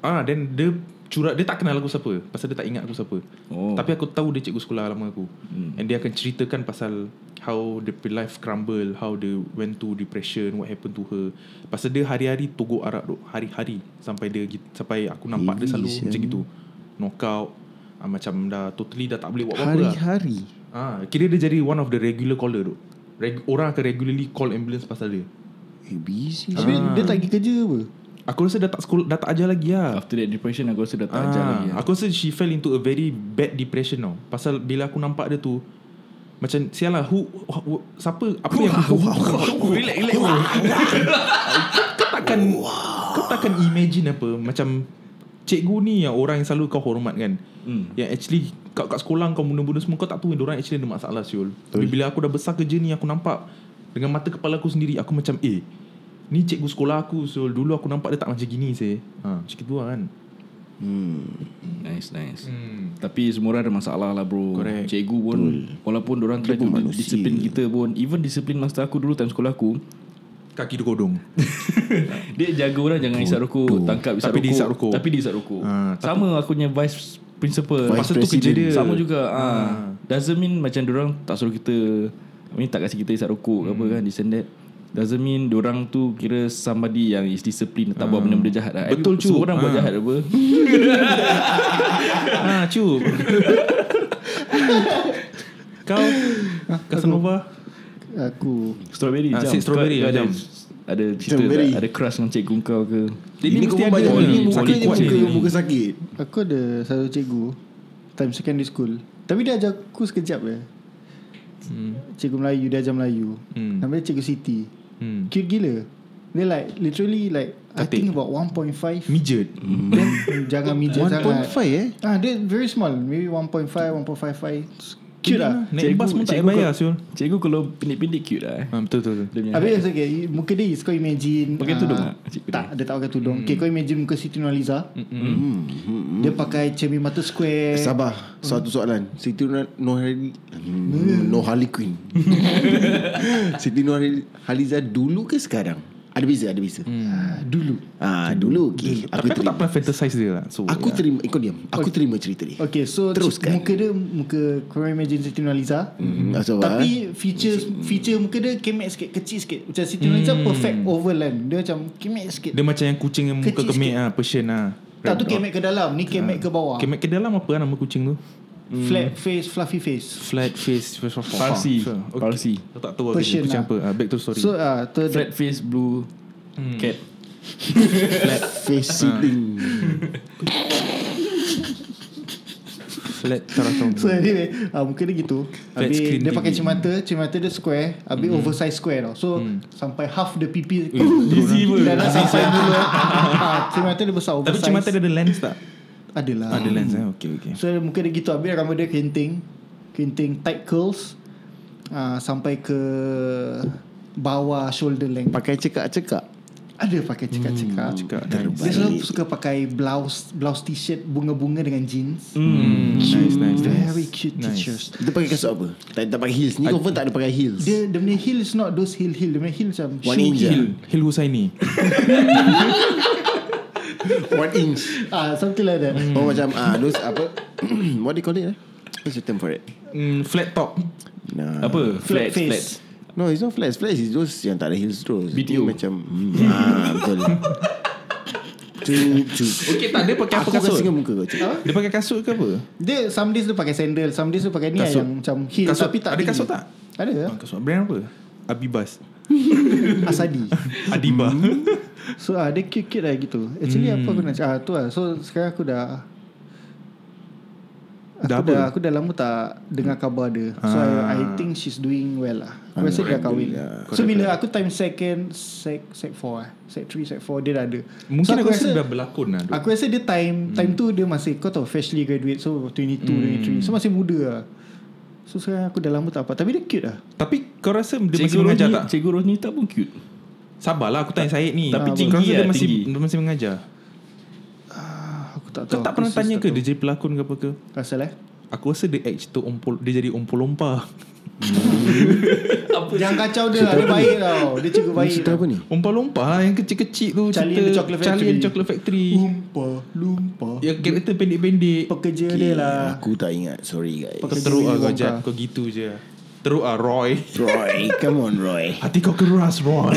Speaker 5: ah then dia curat dia tak kenal aku siapa pasal dia tak ingat aku siapa.
Speaker 2: Oh.
Speaker 5: Tapi aku tahu dia cikgu sekolah lama aku. Hmm. And dia akan ceritakan pasal how the life crumble, how they went to depression, what happened to her. Pasal dia hari-hari togok arak duk, hari-hari sampai dia gi- sampai aku nampak dia
Speaker 3: Heavy,
Speaker 5: selalu
Speaker 3: sia.
Speaker 5: macam gitu. Knockout ah, macam dah totally dah tak boleh buat apa-apa.
Speaker 2: ha-
Speaker 5: lah.
Speaker 3: Hari-hari.
Speaker 5: Ah, kira dia jadi one of the regular caller tu. Reg- orang akan regularly call ambulance pasal dia.
Speaker 3: Eh, busy.
Speaker 4: Tapi dia tak pergi kerja apa?
Speaker 5: Aku rasa dah tak sekolah, dah tak ajar lagi lah.
Speaker 2: After that depression Aku rasa dah tak ajar
Speaker 5: Ah,
Speaker 2: lagi lah.
Speaker 5: Aku rasa she fell into a very bad depression tau. Pasal bila aku nampak dia tu macam sial lah who, who, who siapa apa yang who, relax relax kau takkan kau takkan imagine apa macam cikgu ni yang orang yang selalu kau hormat kan
Speaker 2: Hmm.
Speaker 5: yang actually kat, kat sekolah kau benda-benda semua kau tak tahu orang actually ada masalah siul tapi bila aku dah besar kerja ni aku nampak dengan mata kepala aku sendiri aku macam eh ni cikgu sekolah aku so dulu aku nampak dia tak macam gini seh ha, macam gitu lah kan
Speaker 2: Nice nice
Speaker 5: hmm.
Speaker 2: Tapi semua orang ada masalah lah bro
Speaker 5: Correct.
Speaker 2: Cikgu pun Walaupun orang try to disiplin kita pun Even disiplin master aku dulu Time sekolah aku
Speaker 5: Kaki dia kodong
Speaker 2: Dia jaga orang Jangan isap rokok Tangkap isap rokok
Speaker 5: Tapi dia isap rokok.
Speaker 2: Tapi dia isap rokok
Speaker 5: Ah,
Speaker 2: Sama aku punya vice principal
Speaker 3: Vice
Speaker 5: Pasal tu kerja dia
Speaker 2: Sama juga
Speaker 5: Ah.
Speaker 2: ha. Doesn't mean macam orang tak suruh kita I mean tak kasi kita isap rokok ke apa
Speaker 5: Hmm.
Speaker 2: kan This and that Doesn't mean orang tu kira somebody yang is disciplined Tak buat benda-benda jahat lah
Speaker 5: Ah. Betul, cu.
Speaker 2: Semua orang buat
Speaker 5: Ah.
Speaker 2: jahat apa
Speaker 5: Ha cu Ah, Kau Casanova
Speaker 4: Aku
Speaker 2: Strawberry
Speaker 5: Ah,
Speaker 2: jam
Speaker 5: si strawberry,
Speaker 2: Kau ada,
Speaker 5: jam.
Speaker 2: ada cerita
Speaker 3: Strawberry.
Speaker 2: tak? Ada crush dengan cikgu kau ke
Speaker 5: Ini mesti ada
Speaker 3: banyak.
Speaker 5: ni.
Speaker 3: Ini muka
Speaker 5: Sakit
Speaker 3: dia
Speaker 5: kuat
Speaker 3: muka,
Speaker 5: ni.
Speaker 3: muka sakit.
Speaker 4: aku ada satu cikgu time secondary school. Tapi dia ajar aku sekejap je. Hmm. Cikgu Melayu dia ajar Melayu.
Speaker 5: Hmm.
Speaker 4: Hmm. Nama dia cikgu Siti.
Speaker 5: Hmm.
Speaker 4: Cute gila. Dia like literally like I
Speaker 5: Cantik.
Speaker 4: think about 1.5.
Speaker 5: Midget
Speaker 4: Then jangan mijat sangat.
Speaker 3: 1.5 eh?
Speaker 4: Ah, dia very small. Maybe 1.5, 1.55. Cute lah.
Speaker 5: Naik bas pun tak
Speaker 2: cikgu
Speaker 5: payah bayar
Speaker 2: kau-
Speaker 5: Syul
Speaker 2: Cikgu kalau pendek-pendek cute lah eh.
Speaker 5: ha, Betul betul betul
Speaker 2: Dia punya
Speaker 4: Habis it's okay Muka dia is kau imagine
Speaker 2: Pakai
Speaker 4: ah,
Speaker 2: tudung tak, cikgu
Speaker 4: Tak dia tak pakai tudung Okay kau imagine muka Siti Nurhaliza Dia pakai cermin mata square
Speaker 3: Sabar
Speaker 4: Hmm.
Speaker 3: Satu soalan Siti Nur- Nurhali Nohali Queen Siti Nurhaliza dulu ke sekarang? Ada beza Ada beza
Speaker 4: Ah, Dulu
Speaker 3: Ah Dulu okay.
Speaker 4: Eh,
Speaker 3: Aku
Speaker 5: Tapi aku tak
Speaker 3: terima
Speaker 5: pernah fantasize dia lah so,
Speaker 3: Aku terima eh, Kau diam Aku terima cerita ni
Speaker 4: Okay so c-
Speaker 3: Teruskan.
Speaker 4: Muka dia Muka kau imagine Siti Nurhaliza
Speaker 3: Hmm, asal apa?
Speaker 4: Tapi features Feature muka dia Kemek sikit Kecil sikit Macam Siti Nurhaliza perfect oval kan Dia macam Kemek sikit
Speaker 5: Dia macam yang kucing yang muka
Speaker 4: Kecil
Speaker 5: kemik ah, Persian lah
Speaker 4: Tak tu kemek ke dalam Ni kemek ke bawah
Speaker 5: Kemik ke dalam apa lah nama kucing tu
Speaker 4: Flat face Fluffy face
Speaker 5: Flat face
Speaker 2: Parsi
Speaker 5: Parsi
Speaker 2: Parsi
Speaker 5: Aku tak tahu aku
Speaker 4: Persian lah.
Speaker 5: kucing apa Ah, Back to story
Speaker 4: So ah tu
Speaker 2: Flat face blue
Speaker 5: Hmm.
Speaker 2: Cat
Speaker 3: Flat
Speaker 4: Ah.
Speaker 3: face sitting
Speaker 5: Flat Taratong
Speaker 4: So anyway uh, Muka dia gitu
Speaker 5: Flat
Speaker 4: Habis
Speaker 5: screen
Speaker 4: dia
Speaker 5: TV.
Speaker 4: pakai cermata Cermata dia square Habis mm. oversize square tau So Sampai half the pipi Easy
Speaker 5: pun.
Speaker 4: Dah nak sampai dulu ha, Cermata dia besar
Speaker 5: Tapi
Speaker 4: oversize
Speaker 5: cermata dia ada lens tak?
Speaker 4: Adalah
Speaker 5: Ada lens eh Okay okay
Speaker 4: So muka dia gitu Habis rambut dia kenting Kenting tight curls uh, Sampai ke Bawah shoulder length
Speaker 3: Pakai cekak-cekak
Speaker 4: Ada pakai cekak-cekak
Speaker 5: Hmm, cekak.
Speaker 4: Dia selalu suka pakai blouse Blouse t-shirt bunga-bunga dengan jeans
Speaker 5: Hmm, nice, nice, nice.
Speaker 4: Very cute
Speaker 5: Nice.
Speaker 4: t-shirts
Speaker 3: Dia pakai kasut apa? Tak, tak pakai heels. Ni confirm tak ada pakai heels.
Speaker 4: Dia dia punya heel is not those heel heel. Dia punya heel macam
Speaker 3: One
Speaker 4: shoe
Speaker 3: inch lah.
Speaker 4: heel.
Speaker 5: Hil, Hil Husaini.
Speaker 3: One inch.
Speaker 4: Ah, something like that.
Speaker 5: Hmm.
Speaker 3: Oh macam ah those apa? What do you call it? eh? What's the term for it?
Speaker 5: Hmm, flat top.
Speaker 3: Nah.
Speaker 5: Apa?
Speaker 4: Flat
Speaker 5: Flat, flat.
Speaker 4: face.
Speaker 3: No, it's not flats. Flats is those yang tak ada heels terus.
Speaker 2: BTO.
Speaker 3: Ni Macam hmm, ah betul. True, true.
Speaker 5: Okay, tak ada pakai
Speaker 3: Aku
Speaker 5: apa Ah, kasut?
Speaker 3: kasi kau muka kau cik.
Speaker 5: Dia pakai kasut ke apa?
Speaker 4: Dia some days dia pakai sandal, some days dia pakai ni lah
Speaker 5: Kasut.
Speaker 4: yang macam heel
Speaker 5: Kasut.
Speaker 4: tapi tak
Speaker 5: Ada
Speaker 4: tinggi.
Speaker 5: kasut tak?
Speaker 4: Ada lah.
Speaker 5: Ah, Kasut brand apa? Hmm. Abibas.
Speaker 4: Asadi.
Speaker 5: Adiba.
Speaker 4: So ah, dia cute-cute lah gitu. Actually apa
Speaker 5: Hmm.
Speaker 4: aku nak cakap? Ah, tu lah. So sekarang aku dah Aku
Speaker 5: Dah
Speaker 4: dah,
Speaker 5: apa? Ah.
Speaker 4: aku dah lama tak dengar khabar dia. So I, I think she's doing well lah. Aku rasa dia dah kahwin. So bila aku time second sec sec 4 eh. Sec 3 sec 4 dia dah ada.
Speaker 5: Mungkin
Speaker 4: so, Ah.
Speaker 5: aku rasa dah Hmm. berlakon lah. Dok.
Speaker 4: Aku rasa dia time Time tu dia masih Kau tahu freshly graduate So 22, 23
Speaker 5: Hmm.
Speaker 4: So masih muda lah So sekarang aku dah lama tak apa Tapi dia cute lah
Speaker 5: Tapi kau rasa dia masih
Speaker 2: Cikgu
Speaker 5: mengajar
Speaker 2: Rohni-
Speaker 5: tak?
Speaker 2: Cikgu Rohni tak pun cute
Speaker 5: Sabarlah aku tanya Syed ni.
Speaker 2: Tapi
Speaker 5: Kau
Speaker 2: tinggi
Speaker 5: rasa dia
Speaker 2: lah,
Speaker 5: masih
Speaker 2: tinggi.
Speaker 5: dia masih mengajar.
Speaker 4: ah, Aku tak
Speaker 5: Kau
Speaker 4: tahu
Speaker 5: tak pernah
Speaker 4: Aku sus-
Speaker 5: tanya ke dia jadi pelakon ke apa ke?
Speaker 4: Pasal eh
Speaker 5: Aku rasa dia act tu ompol, dia jadi ompol-ompa.
Speaker 4: Jangan kacau dia lah Dia baik tau Dia cikgu baik
Speaker 3: Cerita apa ni?
Speaker 5: Ompol-ompa lah yang kecil-kecil tu.
Speaker 4: Charlie and the Chocolate
Speaker 5: Charlie
Speaker 4: Factory. Oh.
Speaker 5: and the Chocolate Factory.
Speaker 4: Lumpa Lumpa
Speaker 3: Ya.
Speaker 5: Yang karakter pendek-pendek.
Speaker 4: Pekerja dia lah
Speaker 3: Aku tak ingat. Sorry guys.
Speaker 5: Kau
Speaker 4: Pekerja
Speaker 5: teruk lah
Speaker 4: Willy
Speaker 5: kau
Speaker 4: Wonka.
Speaker 5: Jad. Kau gitu je. Teruk lah Roy.
Speaker 3: Roy, come on Roy.
Speaker 5: Hati kau keras Roy.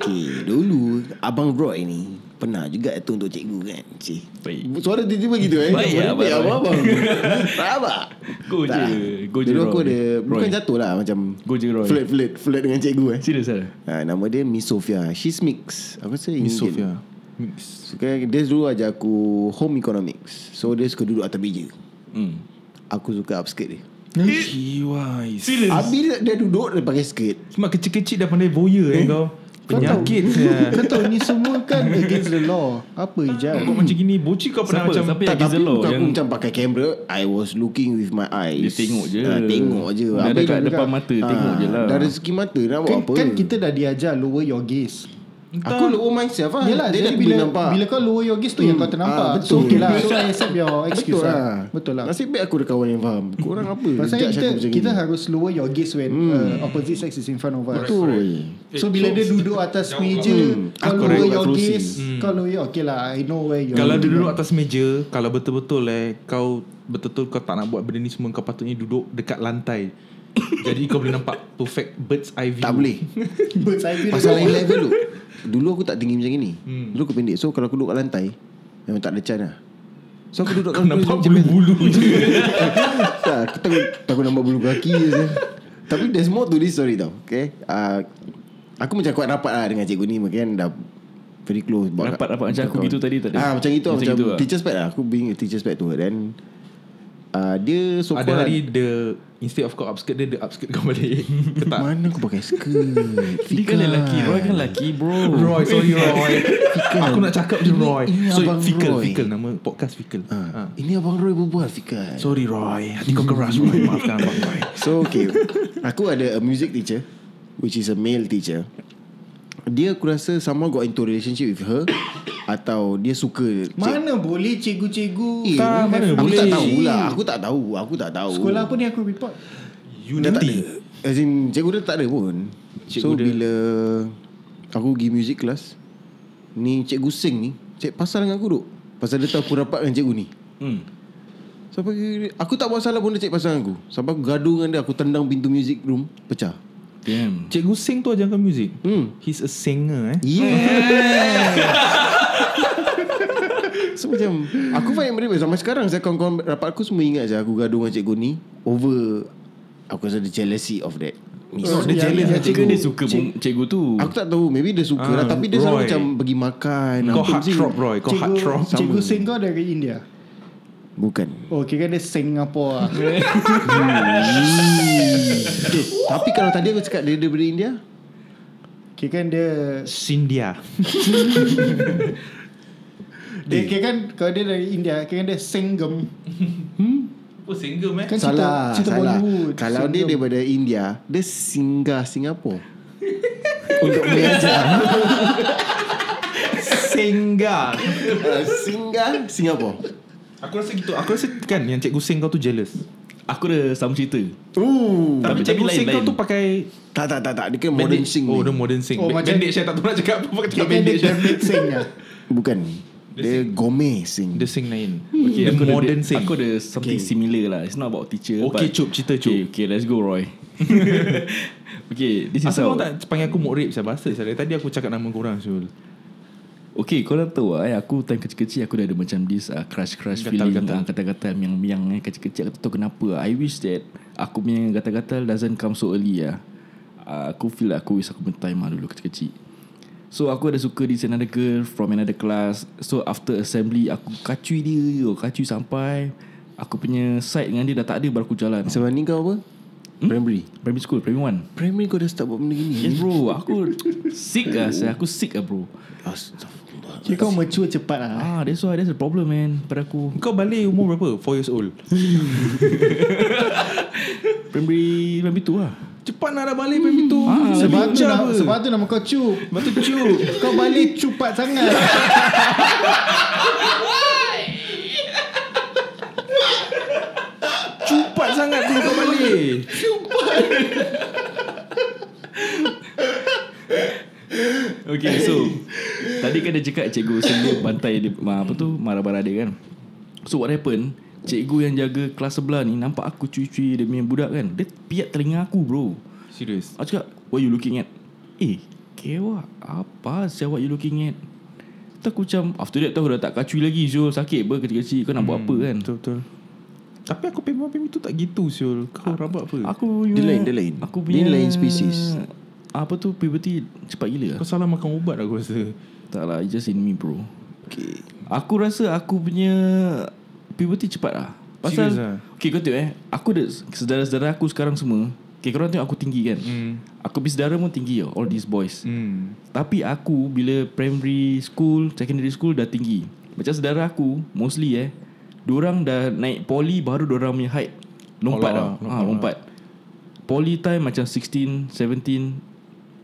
Speaker 3: Okay, dulu Abang Roy ni pernah juga tu untuk cikgu kan. Cik.
Speaker 2: Baik.
Speaker 3: Suara tiba-tiba gitu eh.
Speaker 2: Baik ya,
Speaker 3: Boleh
Speaker 2: Abang
Speaker 3: Abang. Faham tak?
Speaker 2: Go
Speaker 3: Tak.
Speaker 2: je, go je,
Speaker 3: Dulu aku
Speaker 2: Roy.
Speaker 3: ada bukan
Speaker 2: Roy.
Speaker 3: jatuh lah macam
Speaker 2: Go je, Roy.
Speaker 3: Flirt flirt flirt dengan cikgu eh.
Speaker 2: Serius lah
Speaker 3: Ha, nama dia Miss Sofia. She's mix. Aku rasa Indian.
Speaker 5: Miss Sofia. Mix.
Speaker 3: So, kan, dia dulu ajar aku home economics. So dia suka duduk atas meja.
Speaker 2: hmm.
Speaker 3: Aku suka upskirt dia.
Speaker 5: Kiwai. Serius.
Speaker 3: Habis dia, dia duduk dia pakai skirt.
Speaker 5: Sebab kecil-kecil dah pandai voyeur eh kau. Penyakit.
Speaker 3: Ya.
Speaker 5: sia.
Speaker 4: Kau tahu ni semua kan Against the law Apa hijab
Speaker 5: Kau macam gini Bocil kau
Speaker 2: Siapa?
Speaker 5: pernah macam
Speaker 2: Siapa yang
Speaker 3: Tak,
Speaker 2: Against
Speaker 3: tapi
Speaker 2: the law
Speaker 3: bukan aku
Speaker 2: yang-
Speaker 3: macam pakai kamera I was looking with my
Speaker 2: Dia
Speaker 3: eyes
Speaker 2: tengok je.
Speaker 3: Ah, Tengok je
Speaker 2: Dah
Speaker 3: Habis
Speaker 2: dekat
Speaker 3: dia
Speaker 2: depan
Speaker 3: cakap,
Speaker 2: mata, tengok
Speaker 3: ah,
Speaker 2: je lah.
Speaker 3: Dah rezeki mata Nak buat
Speaker 4: kan,
Speaker 3: apa
Speaker 4: kan kita dah diajar Lower your gaze
Speaker 3: Aku lower myself lah
Speaker 4: Yelah
Speaker 3: Dia dah
Speaker 4: jadi
Speaker 3: bila
Speaker 4: bila
Speaker 3: nampak
Speaker 4: Bila kau lower your gaze tu Yang kau ternampak
Speaker 3: Ah, betul.
Speaker 4: So okay lah So I accept your excuse
Speaker 3: Betul lah
Speaker 4: lah Betul lah
Speaker 3: Nasib baik aku ada kawan yang faham Korang apa
Speaker 4: Pasal
Speaker 3: judge aku
Speaker 4: kita
Speaker 3: macam
Speaker 4: kita ha-
Speaker 3: gini? Hmm.
Speaker 4: harus lower your gaze when uh, opposite sex is in front of us.
Speaker 3: Betul
Speaker 4: So bila dia duduk atas meja,
Speaker 5: lah.
Speaker 4: kau lower
Speaker 5: Aku Ah, correct.
Speaker 4: your
Speaker 3: Kerusi.
Speaker 4: gaze, kau lower your okay lah. I know where you.
Speaker 5: Hmm. Kalau dia duduk atas meja Kalau betul-betul eh Kau Betul-betul kau tak nak buat benda ni semua Kau patutnya duduk Dekat lantai Jadi kau boleh nampak Perfect bird's eye view
Speaker 3: Tak boleh
Speaker 4: Bird's eye view.
Speaker 3: Pasal lain level dulu Dulu aku tak tinggi macam gini
Speaker 4: Hmm.
Speaker 3: Dulu aku pendek So kalau aku duduk kat lantai Memang tak ada can lah So aku duduk
Speaker 5: Kau
Speaker 3: kat
Speaker 5: nampak
Speaker 3: macam biasa.
Speaker 5: bulu-bulu je
Speaker 3: tak, aku takut, takut nampak bulu kaki je. Tapi there's more to this story tau. Okay. Uh, aku macam kuat rapat lah dengan cikgu ni. Mungkin dah very close. Buat
Speaker 2: Rapat- rapat macam aku
Speaker 3: kawan.
Speaker 2: gitu tadi tak ada?
Speaker 3: Ah, macam itu.
Speaker 2: Macam
Speaker 3: Macam,
Speaker 2: gitu
Speaker 3: macam
Speaker 2: lah.
Speaker 3: teacher's pet lah. Aku being a teacher's pet tu. Then uh, dia so
Speaker 5: Ada
Speaker 3: called-
Speaker 5: hari the Instead of kau upskirt dia Dia upskirt kau balik Ke tak
Speaker 3: Mana aku pakai skirt
Speaker 2: Dia kan
Speaker 3: Fikar.
Speaker 2: lelaki Roy kan lelaki bro
Speaker 5: Ah. Roy sorry Roy Aku nak cakap je Roy
Speaker 3: ini
Speaker 5: So
Speaker 3: abang
Speaker 5: Fikal
Speaker 3: Roy.
Speaker 5: Fikal nama podcast Fikal
Speaker 3: Ah,
Speaker 5: ha.
Speaker 3: Ini abang Roy berbual Fikar
Speaker 5: Sorry Roy Hati kau keras Roy Maafkan abang Roy
Speaker 3: So okay Aku ada a music teacher Which is a male teacher Dia aku rasa Somehow got into relationship with her Atau dia suka cik-
Speaker 4: Mana boleh cikgu-cikgu.
Speaker 3: Eh,
Speaker 5: tak, mana
Speaker 3: Aku
Speaker 5: boleh.
Speaker 3: tak tahu lah Aku tak tahu Aku tak tahu
Speaker 4: Sekolah apa ni aku report?
Speaker 3: Dah tak ada
Speaker 5: Unity
Speaker 3: As in cikgu dia tak ada pun
Speaker 5: Cikgu
Speaker 3: So
Speaker 5: dia-
Speaker 3: bila Aku pergi music class Ni cikgu sing ni Cik pasal dengan aku duk Pasal dia tahu aku rapat dengan cikgu ni
Speaker 2: hmm.
Speaker 3: Sampai aku tak buat salah pun dia cik pasal dengan aku Sampai aku gaduh dengan dia Aku tendang pintu music room Pecah
Speaker 2: Damn
Speaker 5: Cikgu Sing tu ajarkan muzik
Speaker 3: Hmm.
Speaker 5: He's a singer eh
Speaker 3: Yeah So macam Aku find mereka Sampai sekarang saya Kawan-kawan rapat aku Semua ingat saya Aku gaduh dengan cikgu ni Over Aku rasa dia jealousy of that Miss.
Speaker 4: Oh,
Speaker 2: Dia
Speaker 4: Ya,
Speaker 2: jealous
Speaker 4: ya,
Speaker 2: lah cikgu
Speaker 4: cikgu.
Speaker 2: Dia suka pun cikgu tu
Speaker 3: Aku tak tahu Maybe dia suka
Speaker 5: Ah,
Speaker 3: lah Tapi dia selalu
Speaker 5: Roy.
Speaker 3: macam Pergi makan
Speaker 5: Kau
Speaker 3: apa
Speaker 5: hard
Speaker 3: mesti-
Speaker 5: drop Roy Kau hard drop
Speaker 4: Cikgu, cikgu Singh kau dari India.
Speaker 3: Bukan
Speaker 4: Oh, kira dia Singapura. lah.
Speaker 3: eh, Tapi kalau tadi aku cakap Dia daripada India
Speaker 4: Kira kan dia
Speaker 5: Sindia Eh.
Speaker 4: dia kira kan kalau dia dari India, kira kan dia Singgem.
Speaker 5: Apa single man?
Speaker 4: Kan cerita-
Speaker 3: Salah
Speaker 4: cerita
Speaker 3: salah.
Speaker 4: Bollywood.
Speaker 3: Kalau dia
Speaker 4: Singgem.
Speaker 3: daripada India Dia singgah Singapura Untuk belajar
Speaker 5: Senggang
Speaker 3: Ah, Singgah Singapore
Speaker 5: Aku rasa gitu Aku rasa kan Yang Cikgu Seng kau tu jealous
Speaker 2: Aku ada sama cerita
Speaker 3: Ooh.
Speaker 2: Tapi- tapi
Speaker 5: Tapi Cikgu Seng kau
Speaker 2: lain-lain.
Speaker 5: tu pakai
Speaker 3: Tak tak tak tak Dia kena modern
Speaker 5: bandage.
Speaker 3: sing ni.
Speaker 5: Oh dia kan modern sing
Speaker 4: Oh,
Speaker 5: oh,
Speaker 4: macam-
Speaker 5: Bandage saya tak tahu nak cakap apa Pakai
Speaker 4: Dia
Speaker 5: cakap
Speaker 4: ah.
Speaker 5: bandage
Speaker 4: dia mixingnya.
Speaker 3: Bukan Dia gome sing
Speaker 5: Dia sing lain okay, Dia Hmm. modern
Speaker 2: ada,
Speaker 5: sing
Speaker 2: Aku ada something
Speaker 3: Okay.
Speaker 2: okay. similar lah It's not about teacher
Speaker 5: Okay,
Speaker 2: but-
Speaker 5: Cuk, cerita, Cuk.
Speaker 2: okay, okay let's go Roy Okay this is
Speaker 5: Asal
Speaker 2: how
Speaker 5: kau tak panggil aku Mukrib Saya bahasa saya Dari Tadi aku cakap nama korang Syul
Speaker 2: Okay korang tahu lah eh, Aku time kecil-kecil Aku dah ada macam this uh, Crush-crush
Speaker 5: Gatal-gatal.
Speaker 2: feeling ah, Kata-kata yang-yang eh, Kecil-kecil aku tak tahu kenapa I wish that Aku punya kata-kata Doesn't come so early lah uh, Aku feel lah Aku wish aku punya time lah dulu Kecil-kecil So aku ada suka This another girl From another class So after assembly Aku kacui dia oh, Kacui sampai Aku punya side dengan dia Dah tak ada baru aku jalan
Speaker 3: Sebab ni kau apa?
Speaker 2: Hmm?
Speaker 3: Primary
Speaker 2: Primary school Primary one
Speaker 3: Primary kau dah start buat benda gini
Speaker 2: Yes bro Aku sick lah saya. Aku sick lah bro
Speaker 3: Astagfirullah
Speaker 4: Kira kau mature cepat lah.
Speaker 2: Ah, that's why That's the problem man Pada aku
Speaker 5: Kau balik umur berapa? 4 years old
Speaker 2: Primary Primary tu lah
Speaker 5: Cepat nak dah balik Pembi tu
Speaker 2: Hmm. Ah,
Speaker 4: Sebab tu,
Speaker 5: Lincah
Speaker 4: nama,
Speaker 5: apa?
Speaker 4: sebab tu nama kau cup. Sebab tu cup. kau balik cupat sangat.
Speaker 5: Cepat sangat tu kau balik
Speaker 2: Okay so Tadi kan dia cakap Cikgu sendiri bantai dia, ma- Apa tu Marah-marah dia kan So what happened Cikgu yang jaga kelas sebelah ni Nampak aku cuci-cuci Dia punya budak kan Dia piat telinga aku bro
Speaker 5: Serius
Speaker 2: Aku cakap What you looking at Eh Kewa Apa saya what you looking at Tu aku macam After that tu aku dah tak kacui lagi Zul sakit apa kecil-kecil Kau nak buat apa kan
Speaker 5: Betul-betul Tapi aku Pembi Pembi tu tak gitu Syul Kau rabak apa?
Speaker 2: Aku punya,
Speaker 3: Dia lain, dia lain.
Speaker 2: Aku punya
Speaker 3: Dia lain species.
Speaker 2: Apa tu puberty cepat gila lah.
Speaker 5: Kau salah makan ubat aku rasa
Speaker 2: Tak lah It's just in me bro
Speaker 3: Okay
Speaker 2: Aku rasa aku punya Puberty cepat lah Pasal
Speaker 5: Serious ah?
Speaker 2: Okay kau tengok eh Aku ada Sedara-sedara aku sekarang semua Okay korang tengok aku tinggi kan
Speaker 5: Hmm.
Speaker 2: Aku punya sedara pun tinggi tau All these boys
Speaker 5: Hmm
Speaker 2: Tapi aku Bila primary school Secondary school dah tinggi Macam sedara aku Mostly eh Diorang dah naik poly Baru diorang punya height Lompat
Speaker 5: Allah,
Speaker 2: tau ha, Lompat Poly time macam 16 17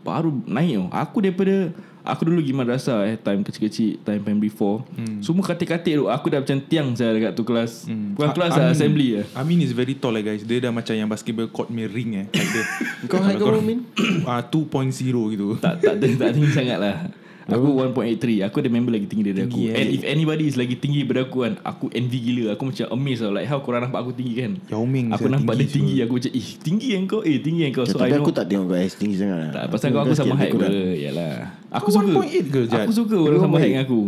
Speaker 2: Baru naik tau Aku daripada Aku dulu pergi madrasah eh Time kecil-kecil Time primary 4 Semua katik-katik tu Aku dah macam tiang saya dekat tu kelas Bukan
Speaker 5: A-
Speaker 2: kelas lah
Speaker 5: Amin-
Speaker 2: Assembly lah
Speaker 5: Amin is very tall lah guys Dia dah macam yang basketball court main ring eh like dia.
Speaker 3: Kau height kau
Speaker 5: Kalau
Speaker 3: berapa, Min?
Speaker 5: Ah 2.0 gitu
Speaker 2: tak tak tak, tak tinggi sangat lah. Aku 1.83 Aku ada member lagi tinggi daripada aku
Speaker 5: Tinggi, eh.
Speaker 2: And if anybody is lagi tinggi daripada aku kan Aku envy gila Aku macam amazed tau Like how korang nampak aku tinggi kan
Speaker 5: Yao Ming
Speaker 2: Aku
Speaker 5: saya
Speaker 2: nampak dia
Speaker 5: tinggi
Speaker 2: tinggi Aku macam Eh tinggi yang kau Eh tinggi yang kau So I
Speaker 3: Tapi
Speaker 2: know
Speaker 3: aku tak tengok kau as tinggi sangat lah.
Speaker 2: tak, Pasal kau aku sama height apa
Speaker 5: eh.
Speaker 2: Yalah Aku
Speaker 5: Kau
Speaker 2: suka
Speaker 5: 1.8 ke, Jad?
Speaker 2: Aku suka orang
Speaker 3: Kau
Speaker 2: sama height
Speaker 3: 1.8.
Speaker 2: dengan aku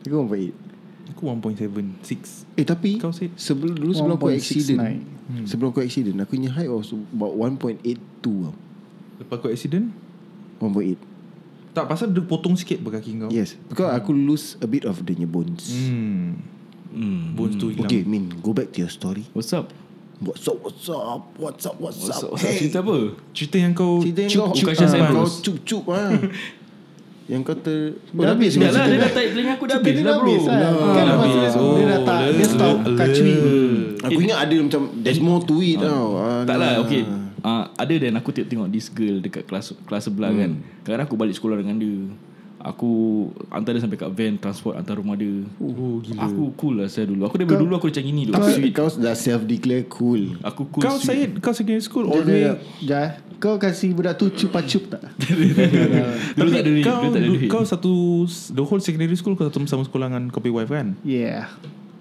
Speaker 3: Kau 1.8
Speaker 5: Aku 1.76
Speaker 3: Eh tapi
Speaker 5: Kau said-
Speaker 3: sebelum dulu sebelum aku
Speaker 4: 1.69.
Speaker 3: accident. Hmm. Sebelum aku accident aku punya height was about 1.82 tau.
Speaker 5: Lepas kau accident
Speaker 3: 1.8.
Speaker 5: Tak pasal dia potong sikit berkaki
Speaker 2: Oh.
Speaker 5: kau
Speaker 3: Yes, because aku lose a bit of the bones.
Speaker 5: Hmm
Speaker 2: hmm.
Speaker 5: Bones tu hilang
Speaker 3: Okay, Min, go back to your story.
Speaker 2: What's up?
Speaker 3: What's up, what's up, what's up, what's,
Speaker 2: What's up?
Speaker 3: up?
Speaker 2: What's up? Cerita apa?
Speaker 5: Cerita yang kau
Speaker 3: Cerita yang
Speaker 5: cup-
Speaker 3: kau
Speaker 5: cup-
Speaker 2: Bukan Shazam
Speaker 5: ah,
Speaker 3: kau
Speaker 2: Bruce.
Speaker 3: cup-cup ah. yang kau ter... Oh,
Speaker 4: Dah habis
Speaker 2: Dah
Speaker 4: Cerita
Speaker 2: lah dia
Speaker 4: dah-
Speaker 2: dah tarik telinga aku dah
Speaker 4: Cerita
Speaker 2: habis
Speaker 4: dia
Speaker 2: lah
Speaker 4: dah
Speaker 2: bro
Speaker 4: habis kan?
Speaker 2: Dah.
Speaker 4: Kan
Speaker 5: Ah,
Speaker 4: lepas tu
Speaker 5: habis.
Speaker 4: dia dah tak
Speaker 5: Oh,
Speaker 4: dia stop
Speaker 5: le-
Speaker 4: kacui.
Speaker 3: Aku ingat ada macam There's more to it tau Ah,
Speaker 2: Tak lah
Speaker 3: Alah.
Speaker 2: okay uh, Ada dan aku tiap tengok This girl dekat kelas Kelas sebelah hmm. kan Kadang aku balik sekolah dengan dia Aku Hantar dia sampai kat van Transport hantar rumah dia
Speaker 5: Oh gila
Speaker 2: Aku cool lah saya dulu Aku daripada dulu aku macam gini dulu
Speaker 3: Kau,
Speaker 2: Sweet
Speaker 3: kau dah self-declare cool
Speaker 2: Aku cool
Speaker 5: Kau
Speaker 2: sweet
Speaker 5: Syed Kau secondary school
Speaker 4: Dia-
Speaker 5: All the way
Speaker 4: dia- Jah, kau kasi budak tu cupa-cup tak?
Speaker 2: Dulu tak ada duit
Speaker 5: kau,
Speaker 2: Dulu tak ada duit
Speaker 5: kau satu The whole secondary school Kau satu sama sekolah dengan Kau punya wife kan
Speaker 4: Yeah.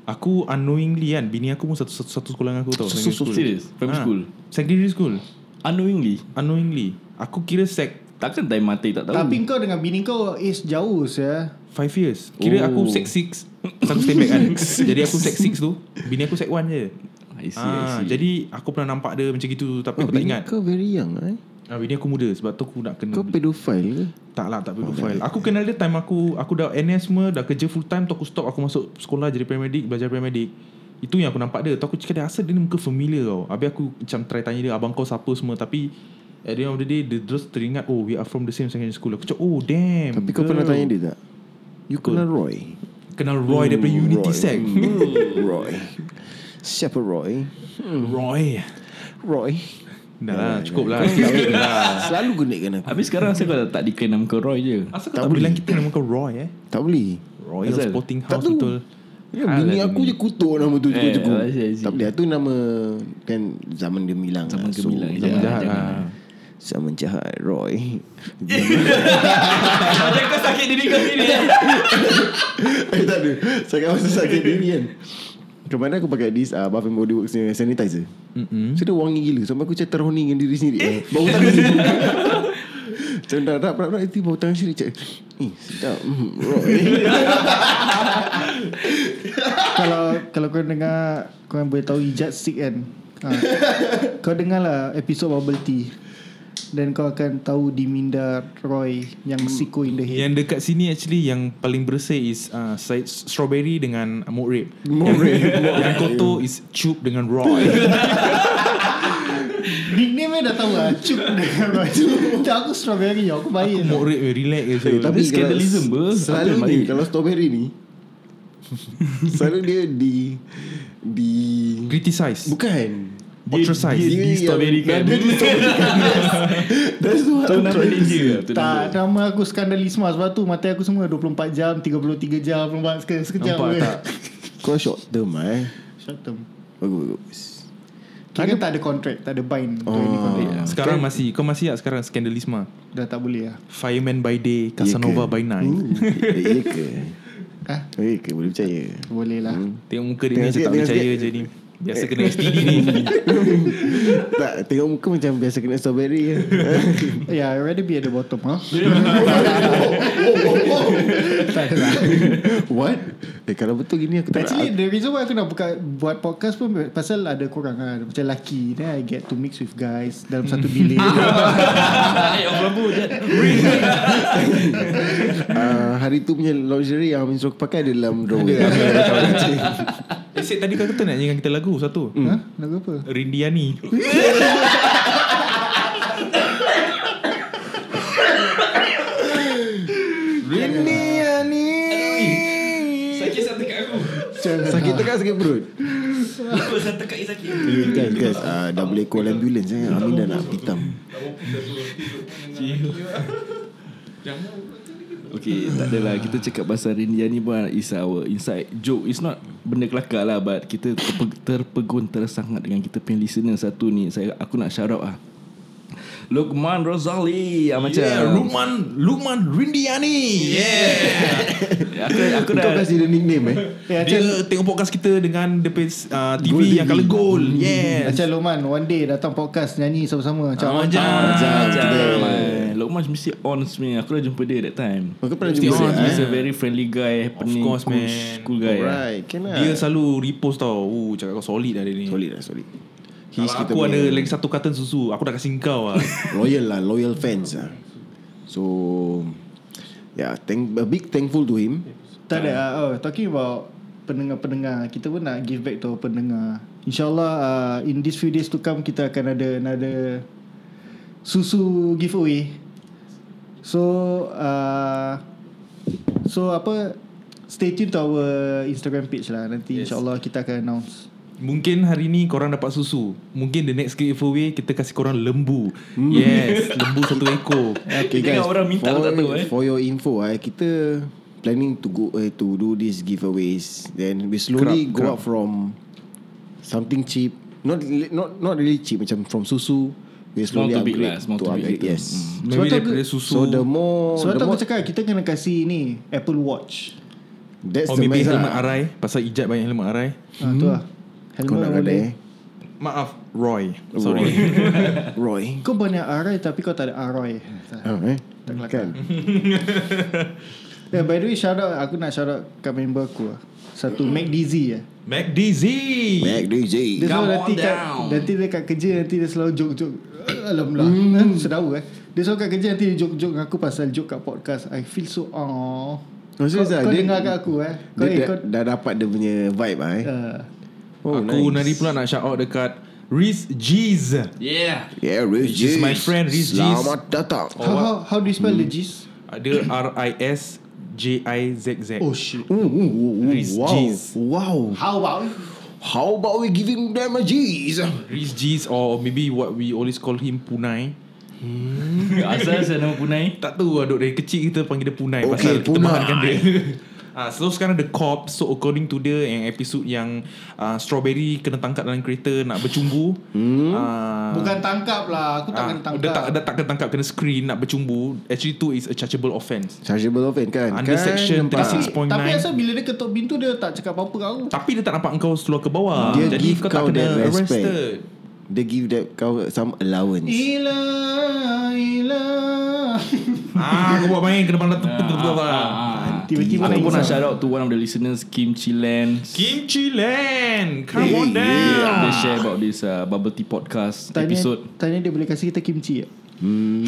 Speaker 5: Aku unknowingly kan Bini aku pun satu, satu, satu sekolah dengan aku tau secondary school.
Speaker 2: Serious Primary
Speaker 5: Ah,
Speaker 2: school
Speaker 5: Secondary school
Speaker 2: Unknowingly
Speaker 5: Unknowingly Aku kira sec
Speaker 2: Takkan time mati tak tahu
Speaker 4: Oh. Tapi kau dengan bini kau is jauh saya.
Speaker 5: 5 years Kira
Speaker 2: Oh.
Speaker 5: aku sec 6 Aku stay back kan Jadi aku sec 6 tu Bini aku sec 1 je
Speaker 2: I see,
Speaker 5: Ah,
Speaker 2: I see.
Speaker 5: Jadi aku pernah nampak dia macam gitu Tapi aku tak
Speaker 3: Oh, Bini
Speaker 5: ingat
Speaker 3: Kau very young eh
Speaker 5: ah, Bini aku muda Sebab tu aku nak kena
Speaker 3: Kau pedophile ke?
Speaker 5: Tak lah tak pedophile Aku kenal dia time aku Aku dah NS semua Dah kerja full time Tu aku stop Aku masuk sekolah jadi paramedic Belajar paramedic Itu yang aku nampak dia Tu aku cakap dia Asal dia ni muka familiar tau Habis aku macam try tanya dia Abang kau siapa semua Tapi At the end of the day Dia terus teringat Oh we are from the same secondary school Aku cakap oh damn
Speaker 3: Tapi kau
Speaker 5: girl."
Speaker 3: pernah tanya dia tak? You kenal Roy? Hmm,
Speaker 5: Kenal Roy daripada Unity Sec
Speaker 3: Roy Siapa Roy?
Speaker 5: Roy
Speaker 3: Roy
Speaker 5: Dah lah cukup lah Sikit-sikit lah
Speaker 3: Selalu guna kena aku.
Speaker 2: Habis sekarang saya kalau tak dikenal nama kau Roy je
Speaker 5: Asal kau tak bilang kita nama kau Roy eh
Speaker 3: Tak boleh
Speaker 5: Royal
Speaker 2: Asal?
Speaker 5: Sporting
Speaker 3: Tak
Speaker 5: House
Speaker 3: tahu.
Speaker 5: betul
Speaker 3: Ya, bini
Speaker 2: Alah,
Speaker 3: aku je kutuk nama tu
Speaker 2: Eh,
Speaker 3: cukup-cukup.
Speaker 2: I see, I see.
Speaker 3: Tak boleh. Itu nama kan zaman gemilang.
Speaker 2: Zaman
Speaker 3: lah.
Speaker 2: gemilang,
Speaker 3: So,
Speaker 2: ya.
Speaker 3: zaman jahat.
Speaker 5: Jahat lah
Speaker 3: Zaman jahat Roy.
Speaker 2: Ah, Macam kau sakit diri kau sendiri
Speaker 3: eh, tak ada. Sakit masa sakit diri kan. Kemarin aku pakai this uh, Bath and Body Works punya sanitizer. Mm-hmm. So dia wangi gila. Sampai aku macam terhoni dengan diri sendiri. Eh. Bau tangan sendiri. Macam dah rap rap rap Itu bau tangan sendiri Macam Eh sedap mm, Roy
Speaker 4: kalau kalau kau dengar kau yang boleh tahu hijab sick kan. Ha. kau dengarlah episod bubble tea. Dan kau akan tahu Diminda Roy yang siko in the head.
Speaker 5: Yang dekat sini actually Yang paling bersih is uh, side Strawberry dengan Mukrib
Speaker 3: Mukrib.
Speaker 5: Yang, yang kotor is Chup dengan Roy
Speaker 4: Nickname dia dah tahu lah. Cuk dengan Roy. Tak aku strawberry aku baik. tau.
Speaker 5: Mukrib eh, relax je so.
Speaker 2: Tapi
Speaker 3: Eh, kalau
Speaker 2: skandalism
Speaker 3: s-
Speaker 2: ber.
Speaker 3: Selalu
Speaker 2: Apa yang
Speaker 3: ni
Speaker 2: baik?
Speaker 3: Kalau strawberry ni Selalu dia di Di
Speaker 5: Criticize
Speaker 3: Bukan
Speaker 5: Ostracize
Speaker 2: Dia
Speaker 3: yang-
Speaker 2: di-strawberrykan.
Speaker 3: Dia di strawberrykan That's what
Speaker 2: Tu
Speaker 3: I'm
Speaker 2: nama
Speaker 3: trying
Speaker 2: dia
Speaker 3: to
Speaker 2: je
Speaker 3: say.
Speaker 2: Tu
Speaker 4: Tak,
Speaker 2: nama
Speaker 4: nama aku skandalisma sebab tu mata aku semua 24 jam, 33 jam, 24 sekejap. sekejap
Speaker 5: Nampak
Speaker 4: je.
Speaker 5: tak?
Speaker 3: Kau short term eh
Speaker 4: Short term.
Speaker 3: Bagus bagus
Speaker 4: Kira tak ada kontrak, tak ada bind untuk any contract.
Speaker 5: Ah, Sekarang
Speaker 3: kan?
Speaker 5: masih Kau masih tak sekarang Skandalisma
Speaker 4: Dah tak boleh lah.
Speaker 5: Fireman by day
Speaker 3: Iya Ya ke?
Speaker 5: Casanova by night
Speaker 3: Hmm, Ya ke
Speaker 4: Hah?
Speaker 3: Ya ke boleh percaya
Speaker 4: Boleh lah.
Speaker 5: Tengok muka
Speaker 3: Tengok
Speaker 5: dia ni Macam
Speaker 3: sikit,
Speaker 5: tak
Speaker 3: tengok
Speaker 5: percaya
Speaker 3: sikit.
Speaker 5: je ni Biasa kena STD ni
Speaker 3: Tak tengok muka macam biasa kena strawberry ya. je
Speaker 4: Yeah, I rather be at the bottom, huh? Tak ada lah.
Speaker 3: What? Eh kalau betul gini aku tak
Speaker 4: Actually,
Speaker 3: nak
Speaker 4: the reason why aku nak buka buat podcast pun pasal ada korang lah. Macam lelaki. Then I get to mix with guys dalam satu bilik.
Speaker 2: Ya Allah bu
Speaker 3: Ah, Hari tu punya lingerie yang Amin suruh aku pakai ada dalam drawer
Speaker 5: Eh Sid tadi kau kata nak nyanyikan kita lagu Satu
Speaker 3: Hmm.
Speaker 5: Ha?
Speaker 4: Hah? Nak apa?
Speaker 5: Rindiani
Speaker 3: Rindiani Eh,
Speaker 2: Sakit satu kat aku
Speaker 3: Sakit tekak sakit perut
Speaker 2: Apa satu kat sakit
Speaker 3: Guys guys ah, Dah boleh call ambulance eh. Amin dah nak pitam
Speaker 2: Okay tak adalah Kita cakap pasal Rindia ni pun Is our inside joke It's not benda kelakar lah But kita terpe- terpegun Tersangat dengan kita punya listener Satu ni saya Aku nak shout out lah Lukman Rozali ah, Macam
Speaker 5: Yeah, Lukman Lukman Rindiani. Yeah.
Speaker 2: Aku, aku
Speaker 3: Kau
Speaker 2: dah Ya,
Speaker 3: kasih dia nickname eh
Speaker 4: Yeah,
Speaker 5: Dia
Speaker 4: macam,
Speaker 5: tengok podcast kita dengan dia punya, uh, TV yang color gold.
Speaker 4: Hmm.
Speaker 5: Yes.
Speaker 4: macam Loman, one day datang podcast nyanyi sama-sama. Macam
Speaker 5: Ah, Macam
Speaker 3: Macam
Speaker 2: Macam Lukman mesti on sebenarnya Aku dah jumpa dia that time
Speaker 3: Kau pernah
Speaker 5: Mesti
Speaker 3: jumpa
Speaker 5: on,
Speaker 3: saya
Speaker 2: He's
Speaker 3: eh?
Speaker 2: a very friendly guy
Speaker 5: Of
Speaker 2: pening,
Speaker 5: course,
Speaker 2: cool,
Speaker 5: man.
Speaker 2: Cool guy ah. right.
Speaker 3: Alright Can lah
Speaker 5: Dia selalu repost tau. Uh, cakap kau solid hari ni.
Speaker 3: Solid lah solid
Speaker 5: Kalau
Speaker 3: kita
Speaker 5: aku ada
Speaker 3: punya
Speaker 5: lagi satu carton susu, aku dah kasih kau lah.
Speaker 3: Loyal lah Loyal fans lah So Yeah thank, A big thankful to him
Speaker 4: Tak ada. Uh, oh, talking about pendengar-pendengar, kita pun nak give back to our pendengar. InsyaAllah uh, in these few days to come, kita akan ada another susu giveaway. So, uh, so apa, stay tuned to our Instagram page lah. Nanti yes. insyaAllah kita akan announce.
Speaker 5: Mungkin hari ni korang dapat susu. Mungkin the next giveaway kita kasih korang lembu. Yes, lembu satu ekor.
Speaker 3: Okay
Speaker 2: Kita ingat orang minta
Speaker 3: for,
Speaker 2: aku tak tahu, eh.
Speaker 3: For your info eh, Kita planning to go eh, to do these giveaways then we slowly
Speaker 5: Kerap,
Speaker 3: go
Speaker 5: kerap.
Speaker 3: up from something cheap not really- not not really cheap macam from susu we
Speaker 2: Small
Speaker 3: slowly
Speaker 2: to big
Speaker 3: upgrade
Speaker 2: lah, small to big
Speaker 3: agak-
Speaker 2: gitu. Mm.
Speaker 3: yes
Speaker 4: Sebab
Speaker 5: Maybe
Speaker 4: tu
Speaker 5: daripada
Speaker 4: aku-
Speaker 5: susu.
Speaker 3: so the more
Speaker 4: Sebab
Speaker 3: Oh, the
Speaker 4: tu aku
Speaker 3: more,
Speaker 4: cakap, kita kena kasih ni, Apple Watch.
Speaker 2: Oh,
Speaker 3: that's
Speaker 5: Or
Speaker 3: the
Speaker 5: maybe
Speaker 3: best
Speaker 5: helmet
Speaker 3: lah
Speaker 5: arai. Pasal ijat banyak helmet arai.
Speaker 4: Ha, tu lah.
Speaker 3: kau nak
Speaker 4: Helmet
Speaker 3: ada
Speaker 4: boleh.
Speaker 3: eh
Speaker 5: Maaf, Roy.
Speaker 3: Roy.
Speaker 5: Sorry.
Speaker 3: Roy
Speaker 4: Kau banyak arai tapi kau tak ada aroy.
Speaker 3: Ah, eh? Kan?
Speaker 4: Yeah, by the way, shout out. Aku nak shout out kat member aku lah. Satu Mac DZ lah.
Speaker 5: Mac DZ.
Speaker 3: Mac
Speaker 4: Dia
Speaker 3: DJ
Speaker 2: Come
Speaker 4: selalu
Speaker 2: on
Speaker 4: nanti kat,
Speaker 2: down.
Speaker 4: nanti dia kat kerja, nanti dia selalu joke-joke. Alhamdulillah. Hmm. Sedawa eh. Dia selalu kat kerja, nanti dia joke-joke dengan aku pasal joke kat podcast. I feel so aww.
Speaker 3: Oh, serious
Speaker 4: kau,
Speaker 3: ah?
Speaker 4: kau
Speaker 3: Dia-
Speaker 4: dengar kat aku eh. Kau,
Speaker 3: Dia
Speaker 4: eh,
Speaker 3: dah,
Speaker 4: kau,
Speaker 3: dah dapat dia punya vibe ah, eh
Speaker 4: uh,
Speaker 3: Oh,
Speaker 5: Aku
Speaker 3: nice.
Speaker 5: nice. pula nak shout out dekat Riz Jeez.
Speaker 2: Yeah
Speaker 3: Yeah, Riz
Speaker 5: Which is
Speaker 3: Jeez.
Speaker 5: my friend, Riz Jeez.
Speaker 3: Selamat datang
Speaker 2: Oh.
Speaker 4: how, how, how do you spell the G's?
Speaker 5: Ada R I S J I Z Z.
Speaker 4: Oh shit.
Speaker 3: Ooh, ooh, ooh, ooh,
Speaker 5: Riz
Speaker 3: wow.
Speaker 5: Jeez.
Speaker 3: Wow.
Speaker 4: How about?
Speaker 3: How about we giving them a G's?
Speaker 5: Rich G's or maybe what we always call him Punai.
Speaker 2: Asal saya nama Punai
Speaker 5: Tak tahu lah duk dari kecil kita panggil dia Punai
Speaker 3: Okay,
Speaker 5: pasal kita
Speaker 3: Punai.
Speaker 5: makan dia. Ah, so sekarang the cop So according to dia Yang episod yang uh, Strawberry kena tangkap dalam kereta Nak bercumbu hmm. uh,
Speaker 4: Bukan tangkap lah. Aku
Speaker 5: Ah,
Speaker 4: tak kena tangkap.
Speaker 5: Dia tak, dia tak kena tangkap Kena screen Nak bercumbu Actually tu is a chargeable offence
Speaker 3: Chargeable offense kan?
Speaker 5: Under
Speaker 3: kan,
Speaker 5: section
Speaker 3: nampak?
Speaker 5: 36.9.
Speaker 4: Ah. Tapi asal bila dia ketuk pintu dia tak cakap apa-apa kat aku.
Speaker 5: Tapi dia tak nampak engkau Seluar ke bawah
Speaker 3: Dia
Speaker 5: Jadi
Speaker 3: give
Speaker 5: kau tak
Speaker 3: kau that
Speaker 5: kena
Speaker 3: respect.
Speaker 5: arrested
Speaker 3: They give that kau some allowance.
Speaker 4: Ila, ila.
Speaker 5: Ah, kau buat main Kena pandang Betul-betul
Speaker 4: ah. Tiba-tiba
Speaker 2: Aku
Speaker 4: nak
Speaker 2: pun nak shout
Speaker 4: insaf.
Speaker 2: out to one of the listeners Kim Chilan
Speaker 5: Kimchi Land Come on
Speaker 2: They
Speaker 5: down
Speaker 2: share about this uh, Bubble Tea Podcast
Speaker 4: Tanya,
Speaker 2: episode
Speaker 4: tanya dia boleh kasih kita kimchi ya?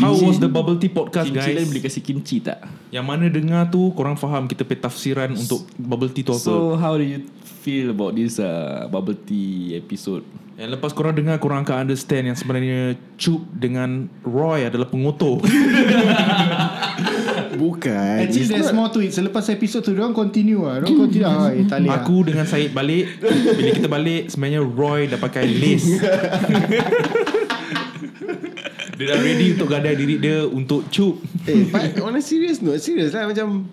Speaker 5: How was the bubble tea podcast
Speaker 2: Kim Chilan
Speaker 5: guys
Speaker 2: boleh kasi kimchi tak?
Speaker 5: Yang mana dengar tu Korang faham Kita punya tafsiran Untuk bubble tea tu apa
Speaker 2: So how do you feel about this uh, Bubble Tea episode?
Speaker 5: Yang lepas korang dengar Korang akan understand Yang sebenarnya Cup dengan Roy adalah pengotor
Speaker 3: Bukan.
Speaker 4: Actually
Speaker 3: It's
Speaker 4: there's
Speaker 3: not-
Speaker 4: more to it Selepas episod tu Diorang continue lah Diorang continue ah, eh, Tak boleh lah.
Speaker 5: Aku dengan Syed balik Bila kita balik Sebenarnya Roy dah pakai lace Dia dah ready untuk gadai diri dia Untuk cup
Speaker 3: Eh, but on a serious note, serious lah macam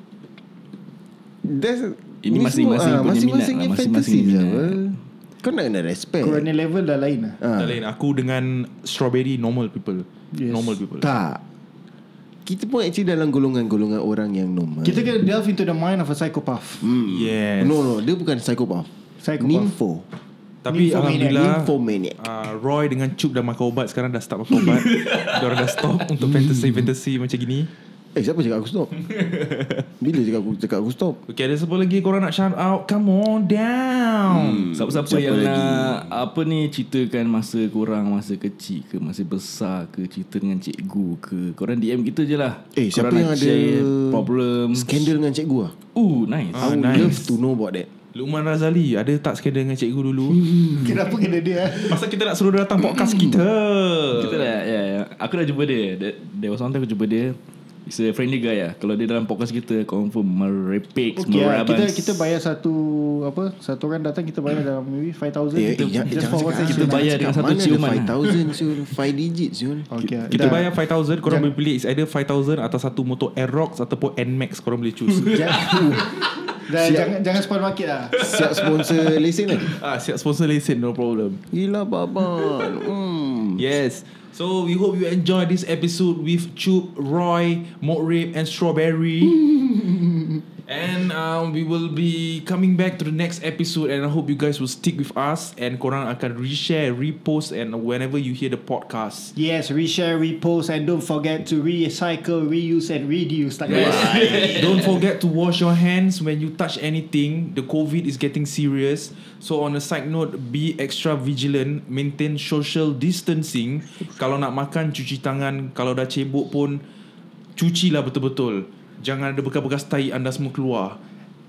Speaker 3: there's
Speaker 2: Ini
Speaker 3: ni
Speaker 2: masing-masing
Speaker 3: semua, ah,
Speaker 2: punya
Speaker 3: masing-masing
Speaker 2: minat lah, masing-masing
Speaker 3: punya fantasy
Speaker 2: punya
Speaker 3: je
Speaker 2: minat.
Speaker 3: apa. Kau nak kena respect.
Speaker 4: Korang ni level dah lain lah
Speaker 3: Ah.
Speaker 5: Tak lain Aku dengan Strawberry normal people
Speaker 4: Yes.
Speaker 5: Normal people
Speaker 3: Tak. Kita pun actually dalam golongan-golongan orang yang normal.
Speaker 4: Kita kena delve into the mind of a psychopath
Speaker 3: Hmm.
Speaker 5: Yes
Speaker 3: No no Dia bukan psychopath
Speaker 4: Psychopath.
Speaker 3: Nympho
Speaker 5: Tapi
Speaker 4: Nymphomaniac,
Speaker 5: Alhamdulillah
Speaker 3: Nymphomaniac
Speaker 5: uh, Roy dengan Cup dah makan ubat Sekarang dah start makan ubat Diorang dah stop Untuk fantasy-fantasy macam gini
Speaker 3: Eh siapa cakap aku stop Bila cakap aku cakap aku stop
Speaker 5: Okay ada siapa lagi Korang nak shout out Come on down
Speaker 2: Siapa-siapa
Speaker 3: Hmm, siapa
Speaker 2: yang
Speaker 3: lagi?
Speaker 2: nak apa ni ceritakan masa korang masa kecil ke masa besar ke cerita dengan cikgu ke korang DM kita je lah.
Speaker 3: Eh siapa
Speaker 2: korang
Speaker 3: yang
Speaker 2: nak
Speaker 3: ada
Speaker 2: share problem.
Speaker 3: Skandal dengan cikgu lah
Speaker 2: Ooh nice. Uh,
Speaker 3: I would
Speaker 5: Um, Ah, nice.
Speaker 3: love to know about that
Speaker 5: Luqman Razali Ada tak skandal dengan cikgu dulu
Speaker 4: Kenapa kena dia eh?
Speaker 5: Masa kita nak suruh dia datang podcast kita
Speaker 2: kita dah ya, ya. aku dah jumpa dia. There, there was one time aku jumpa dia. He's a friendly guy lah. Kalau dia dalam podcast kita confirm merepek
Speaker 4: Okay,
Speaker 2: semua
Speaker 4: ah,
Speaker 2: rabans.
Speaker 4: kita kita bayar satu apa satu orang datang kita bayar dalam maybe 5000
Speaker 3: Eh, eh,
Speaker 4: kita,
Speaker 3: jangan-
Speaker 4: just
Speaker 3: jangan
Speaker 4: for
Speaker 3: cakap
Speaker 4: one
Speaker 3: ah,
Speaker 4: session.
Speaker 2: Kita bayar
Speaker 3: cakap
Speaker 2: dengan satu
Speaker 3: mana ada
Speaker 2: ciuman
Speaker 3: 5000 Syul 5 digit Syul
Speaker 4: okay, ah,
Speaker 5: Kita
Speaker 4: dah.
Speaker 5: bayar 5,000 Korang boleh pilih It's either 5,000 Atau satu motor Aerox Ataupun NMAX Korang boleh choose
Speaker 4: Jangan- Dah,
Speaker 3: Siap.
Speaker 4: jangan jangan spawn market lah
Speaker 3: Siap sponsor lesen lagi
Speaker 5: ah, Siap sponsor lesen No problem
Speaker 3: Gila baban hmm.
Speaker 5: Yes So we hope you enjoy this episode With Chub, Roy, Motrib and Strawberry And um, we will be coming back to the next episode And I hope you guys will stick with us And korang akan reshare, repost And whenever you hear the podcast
Speaker 4: Yes, reshare, repost and don't forget to recycle, reuse and reduce. Tak yes.
Speaker 5: Don't forget to wash your hands when you touch anything. The COVID is getting serious. So on a side note, be extra vigilant, maintain social distancing. Kalau nak makan cuci tangan, kalau dah cebok pun cucilah betul-betul. Jangan ada bekas-bekas tai anda semua keluar.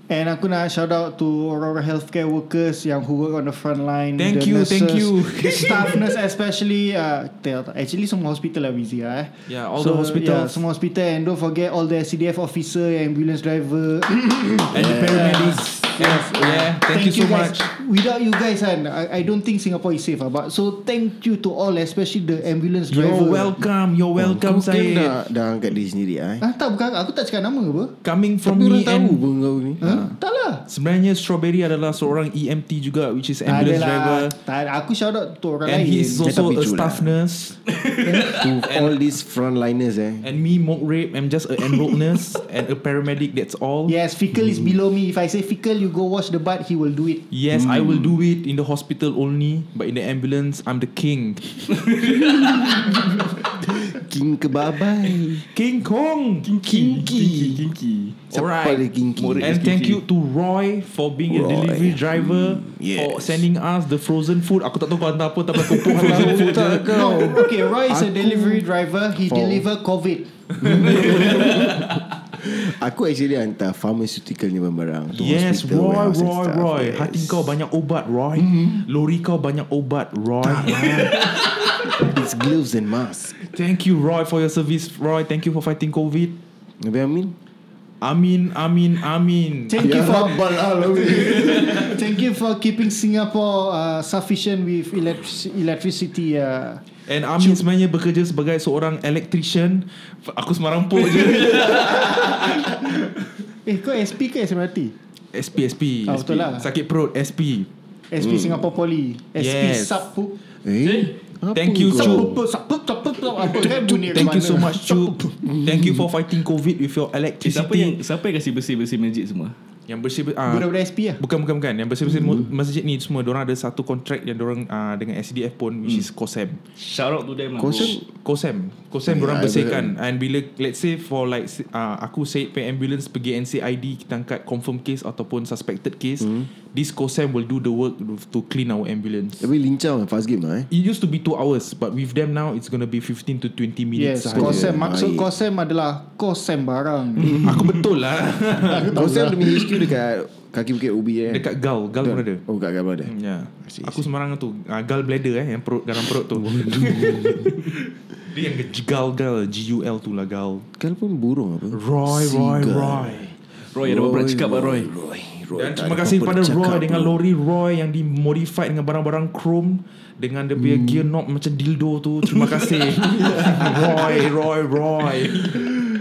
Speaker 4: And aku nak shout out to orang-orang healthcare workers yang who work on the front line. the
Speaker 5: Thank you, thank you.
Speaker 4: the staff nurse especially. Uh, tell- actually semua hospital lah busy lah eh.
Speaker 5: Yeah, all the
Speaker 4: Yeah,
Speaker 5: hospitals.
Speaker 4: semua hospital and don't forget all the CDF officer, ambulance driver.
Speaker 5: And the paramedics. Yes. Yeah. Thank, you so
Speaker 4: guys.
Speaker 5: much.
Speaker 4: Without you guys kan, I, I don't think Singapore is safe. ah. But so thank you to all, especially the ambulance driver.
Speaker 5: You're welcome. You're
Speaker 3: Kau
Speaker 5: welcome,
Speaker 3: kan dah,
Speaker 5: Syed.
Speaker 3: dah angkat diri sendiri eh?
Speaker 4: Ah, tak bukan aku tak cakap nama apa?
Speaker 5: Coming
Speaker 3: Tapi
Speaker 5: from
Speaker 3: orang
Speaker 5: me
Speaker 3: tahu
Speaker 5: and
Speaker 3: pun kau ni
Speaker 4: Huh?
Speaker 5: Ah.
Speaker 4: Tak lah.
Speaker 5: Sebenarnya Strawberry adalah seorang EMT juga Which is
Speaker 4: Tak ada
Speaker 5: ambulance
Speaker 4: lah.
Speaker 5: driver
Speaker 4: Tak ada. Aku shout out to orang
Speaker 5: And
Speaker 4: lain.
Speaker 5: he's
Speaker 3: Dia
Speaker 5: also
Speaker 3: tapi
Speaker 5: a
Speaker 3: cula.
Speaker 5: staff nurse
Speaker 3: To all these frontliners eh
Speaker 5: And me, mock rape, I'm just an enrolled nurse and a paramedic, that's all.
Speaker 4: Yes, fecal is below me. If I say fecal, you go wash the butt, he will do it.
Speaker 5: Yes, I will do it in the hospital only, but in the ambulance, I'm the king.
Speaker 3: King kebabai
Speaker 5: King Kong!
Speaker 3: Kinky
Speaker 2: Kinky.
Speaker 3: Siapa dia kinky?
Speaker 5: And thank you to Roy for being a
Speaker 3: Roy.
Speaker 5: delivery driver
Speaker 3: yes.
Speaker 5: for sending us the frozen food. Aku tak tahu kau hantar apa, tapi aku pun frozen food je.
Speaker 4: No, okay, Roy is a
Speaker 3: Aku-
Speaker 4: delivery driver. He
Speaker 3: Oh.
Speaker 4: deliver COVID.
Speaker 3: Aku actually hantar pharmaceutical ni barang to
Speaker 5: Yes,
Speaker 3: hospital, Mm-hmm.
Speaker 5: Roy,
Speaker 3: warehouse and
Speaker 5: Roy,
Speaker 3: stuff. eh.
Speaker 5: Roy.
Speaker 3: Yes.
Speaker 5: Hati kau banyak obat, Roy. Lori kau banyak obat, Roy.
Speaker 3: It's gloves and mask
Speaker 5: Thank you, Roy, for your service, Roy. Thank you for fighting COVID.
Speaker 3: You know what I mean?
Speaker 5: Amin, amin, amin.
Speaker 4: Thank you for
Speaker 3: Rabbal Alamin
Speaker 4: thank you you for keeping Singapore uh, sufficient with electric- electricity. Uh.
Speaker 5: And Amin sebenarnya bekerja sebagai seorang electrician. F- Aku semarampuk je.
Speaker 4: Eh, kau SP ke SMRT?
Speaker 5: SP, SP.
Speaker 4: Ah,
Speaker 5: SP.
Speaker 4: betul lah.
Speaker 5: Sakit perut, SP.
Speaker 4: SP Singapore Poly. SP
Speaker 5: Hmm. Yes.
Speaker 4: Subpup.
Speaker 3: Eh, apa
Speaker 5: Thank you,
Speaker 3: kau?
Speaker 5: Chu.
Speaker 4: Subpup, subpup, subpup, subpup. Apa kan bunyi kat
Speaker 5: Thank you
Speaker 4: mana?
Speaker 5: so much, Chu. Thank you for fighting COVID with your
Speaker 2: Eh, siapa yang
Speaker 5: electricity.
Speaker 2: siapa yang kasi bersih-bersih masjid semua?
Speaker 5: Yang bersih... ah,
Speaker 4: Budak-budak SP lah.
Speaker 5: Bukan bukan bukan Yang bersih-bersih hmm. masjid ni Semua orang ada satu kontrak Yang orang uh, dengan SDF pun
Speaker 4: Hmm.
Speaker 5: Which is COSEM
Speaker 2: Shout out to them lah. bro.
Speaker 3: Kosong
Speaker 5: COSEM COSEM
Speaker 3: Yeah,
Speaker 5: orang
Speaker 3: I
Speaker 5: bersihkan And bila Let's say for like uh, Aku say pay ambulance Pergi NCID Kita angkat confirm case Ataupun suspected case This COSEM will do the work To clean our ambulance
Speaker 3: Tapi lincah Fast game lah eh
Speaker 5: It used to be 2 hours But with them now It's going to be 15 to 20
Speaker 4: Yes,
Speaker 5: minutes sahaja.
Speaker 4: kosem.
Speaker 3: Baik.
Speaker 4: Maksud kosem adalah kosem barang.
Speaker 5: Aku betul lah
Speaker 3: Kau sel demi HQ dekat Kaki Bukit Ubi eh
Speaker 5: Dekat Gal Gal pun ada
Speaker 3: Oh kat Gabal ada
Speaker 5: Ya.
Speaker 3: see,
Speaker 5: Aku sembarang tu uh, Gal bladder eh Yang perut Garam perut tu Dia yang ke- gal gal G-U-L tu lah gal
Speaker 3: Kau Kan pun burung apa
Speaker 5: Roy Roy Roy
Speaker 2: Roy ada berapa cakap lah Roy.
Speaker 3: Roy, Roy
Speaker 5: Dan
Speaker 3: tak
Speaker 5: terima
Speaker 3: ada
Speaker 5: kasih
Speaker 3: apa-apa
Speaker 5: kepada
Speaker 3: nak
Speaker 5: Roy
Speaker 3: cakap,
Speaker 5: Dengan
Speaker 3: bro.
Speaker 5: lori Roy Yang dimodified dengan barang-barang chrome Dengan dia
Speaker 3: Hmm.
Speaker 5: punya gear knob Macam dildo tu Terima kasih Roy Roy Roy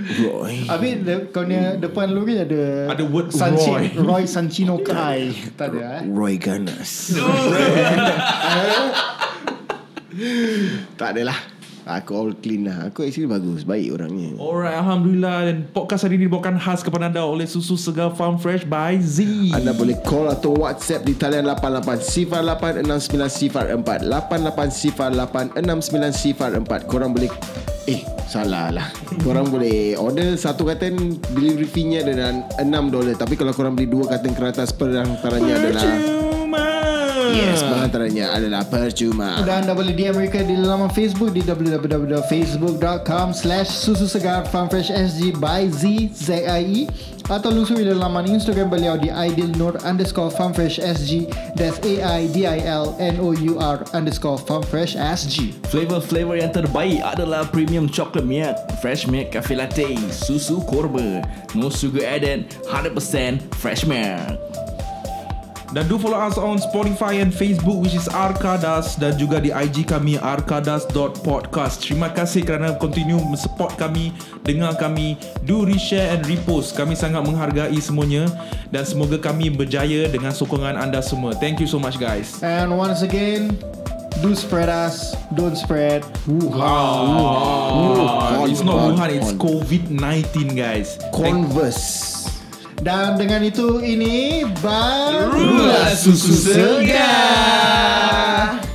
Speaker 3: Roy
Speaker 4: Habis de- kau ni depan lori ada
Speaker 5: Ada word
Speaker 4: Sanchi- Roy Sanchino Kai. Tak ada eh.
Speaker 3: Roy Ganas Tak adalah Aku all clean lah Aku actually bagus Baik orangnya
Speaker 5: Alright Alhamdulillah Dan podcast hari ini dibawakan khas kepada anda Oleh Susu Segar Farm Fresh by Z
Speaker 3: Anda boleh call atau WhatsApp di talian 88 sifar 8 69 sifar 4 88 sifar 8 69 sifar 4 Korang boleh Eh salah lah Korang boleh order satu katen Delivery fee-nya dengan $6 Tapi kalau korang beli dua katen keratas Perhantarannya adalah
Speaker 5: Percuma
Speaker 3: Yes Perhantarannya adalah percuma
Speaker 4: Dan anda boleh DM mereka di laman Facebook di www.facebook.com slash susu segar farmfresh sg by z z i e atau lusuri dalam laman Instagram beliau di ideal nur underscore farmfresh sg that's a i d i l n o u r underscore farmfresh sg
Speaker 2: Flavor-flavor yang terbaik adalah Premium Chocolate Milk, Fresh Milk Cafe Latte, Susu Korba, No Sugar Added, 100% Fresh Milk.
Speaker 5: Dan do follow us on Spotify and Facebook which is Arkadas dan juga di IG kami arkadas.podcast. Terima kasih kerana continue support kami, dengar kami, do reshare and repost. Kami sangat menghargai semuanya dan semoga kami berjaya dengan sokongan anda semua. Thank you so much guys.
Speaker 4: and once again do spread us don't spread Wuhan
Speaker 5: Oh, it's not
Speaker 3: Wuhan.
Speaker 5: Wuhan, it's
Speaker 3: Wuhan.
Speaker 5: COVID-19 guys.
Speaker 3: Converse
Speaker 4: dan dengan itu ini baru
Speaker 5: Susu segar.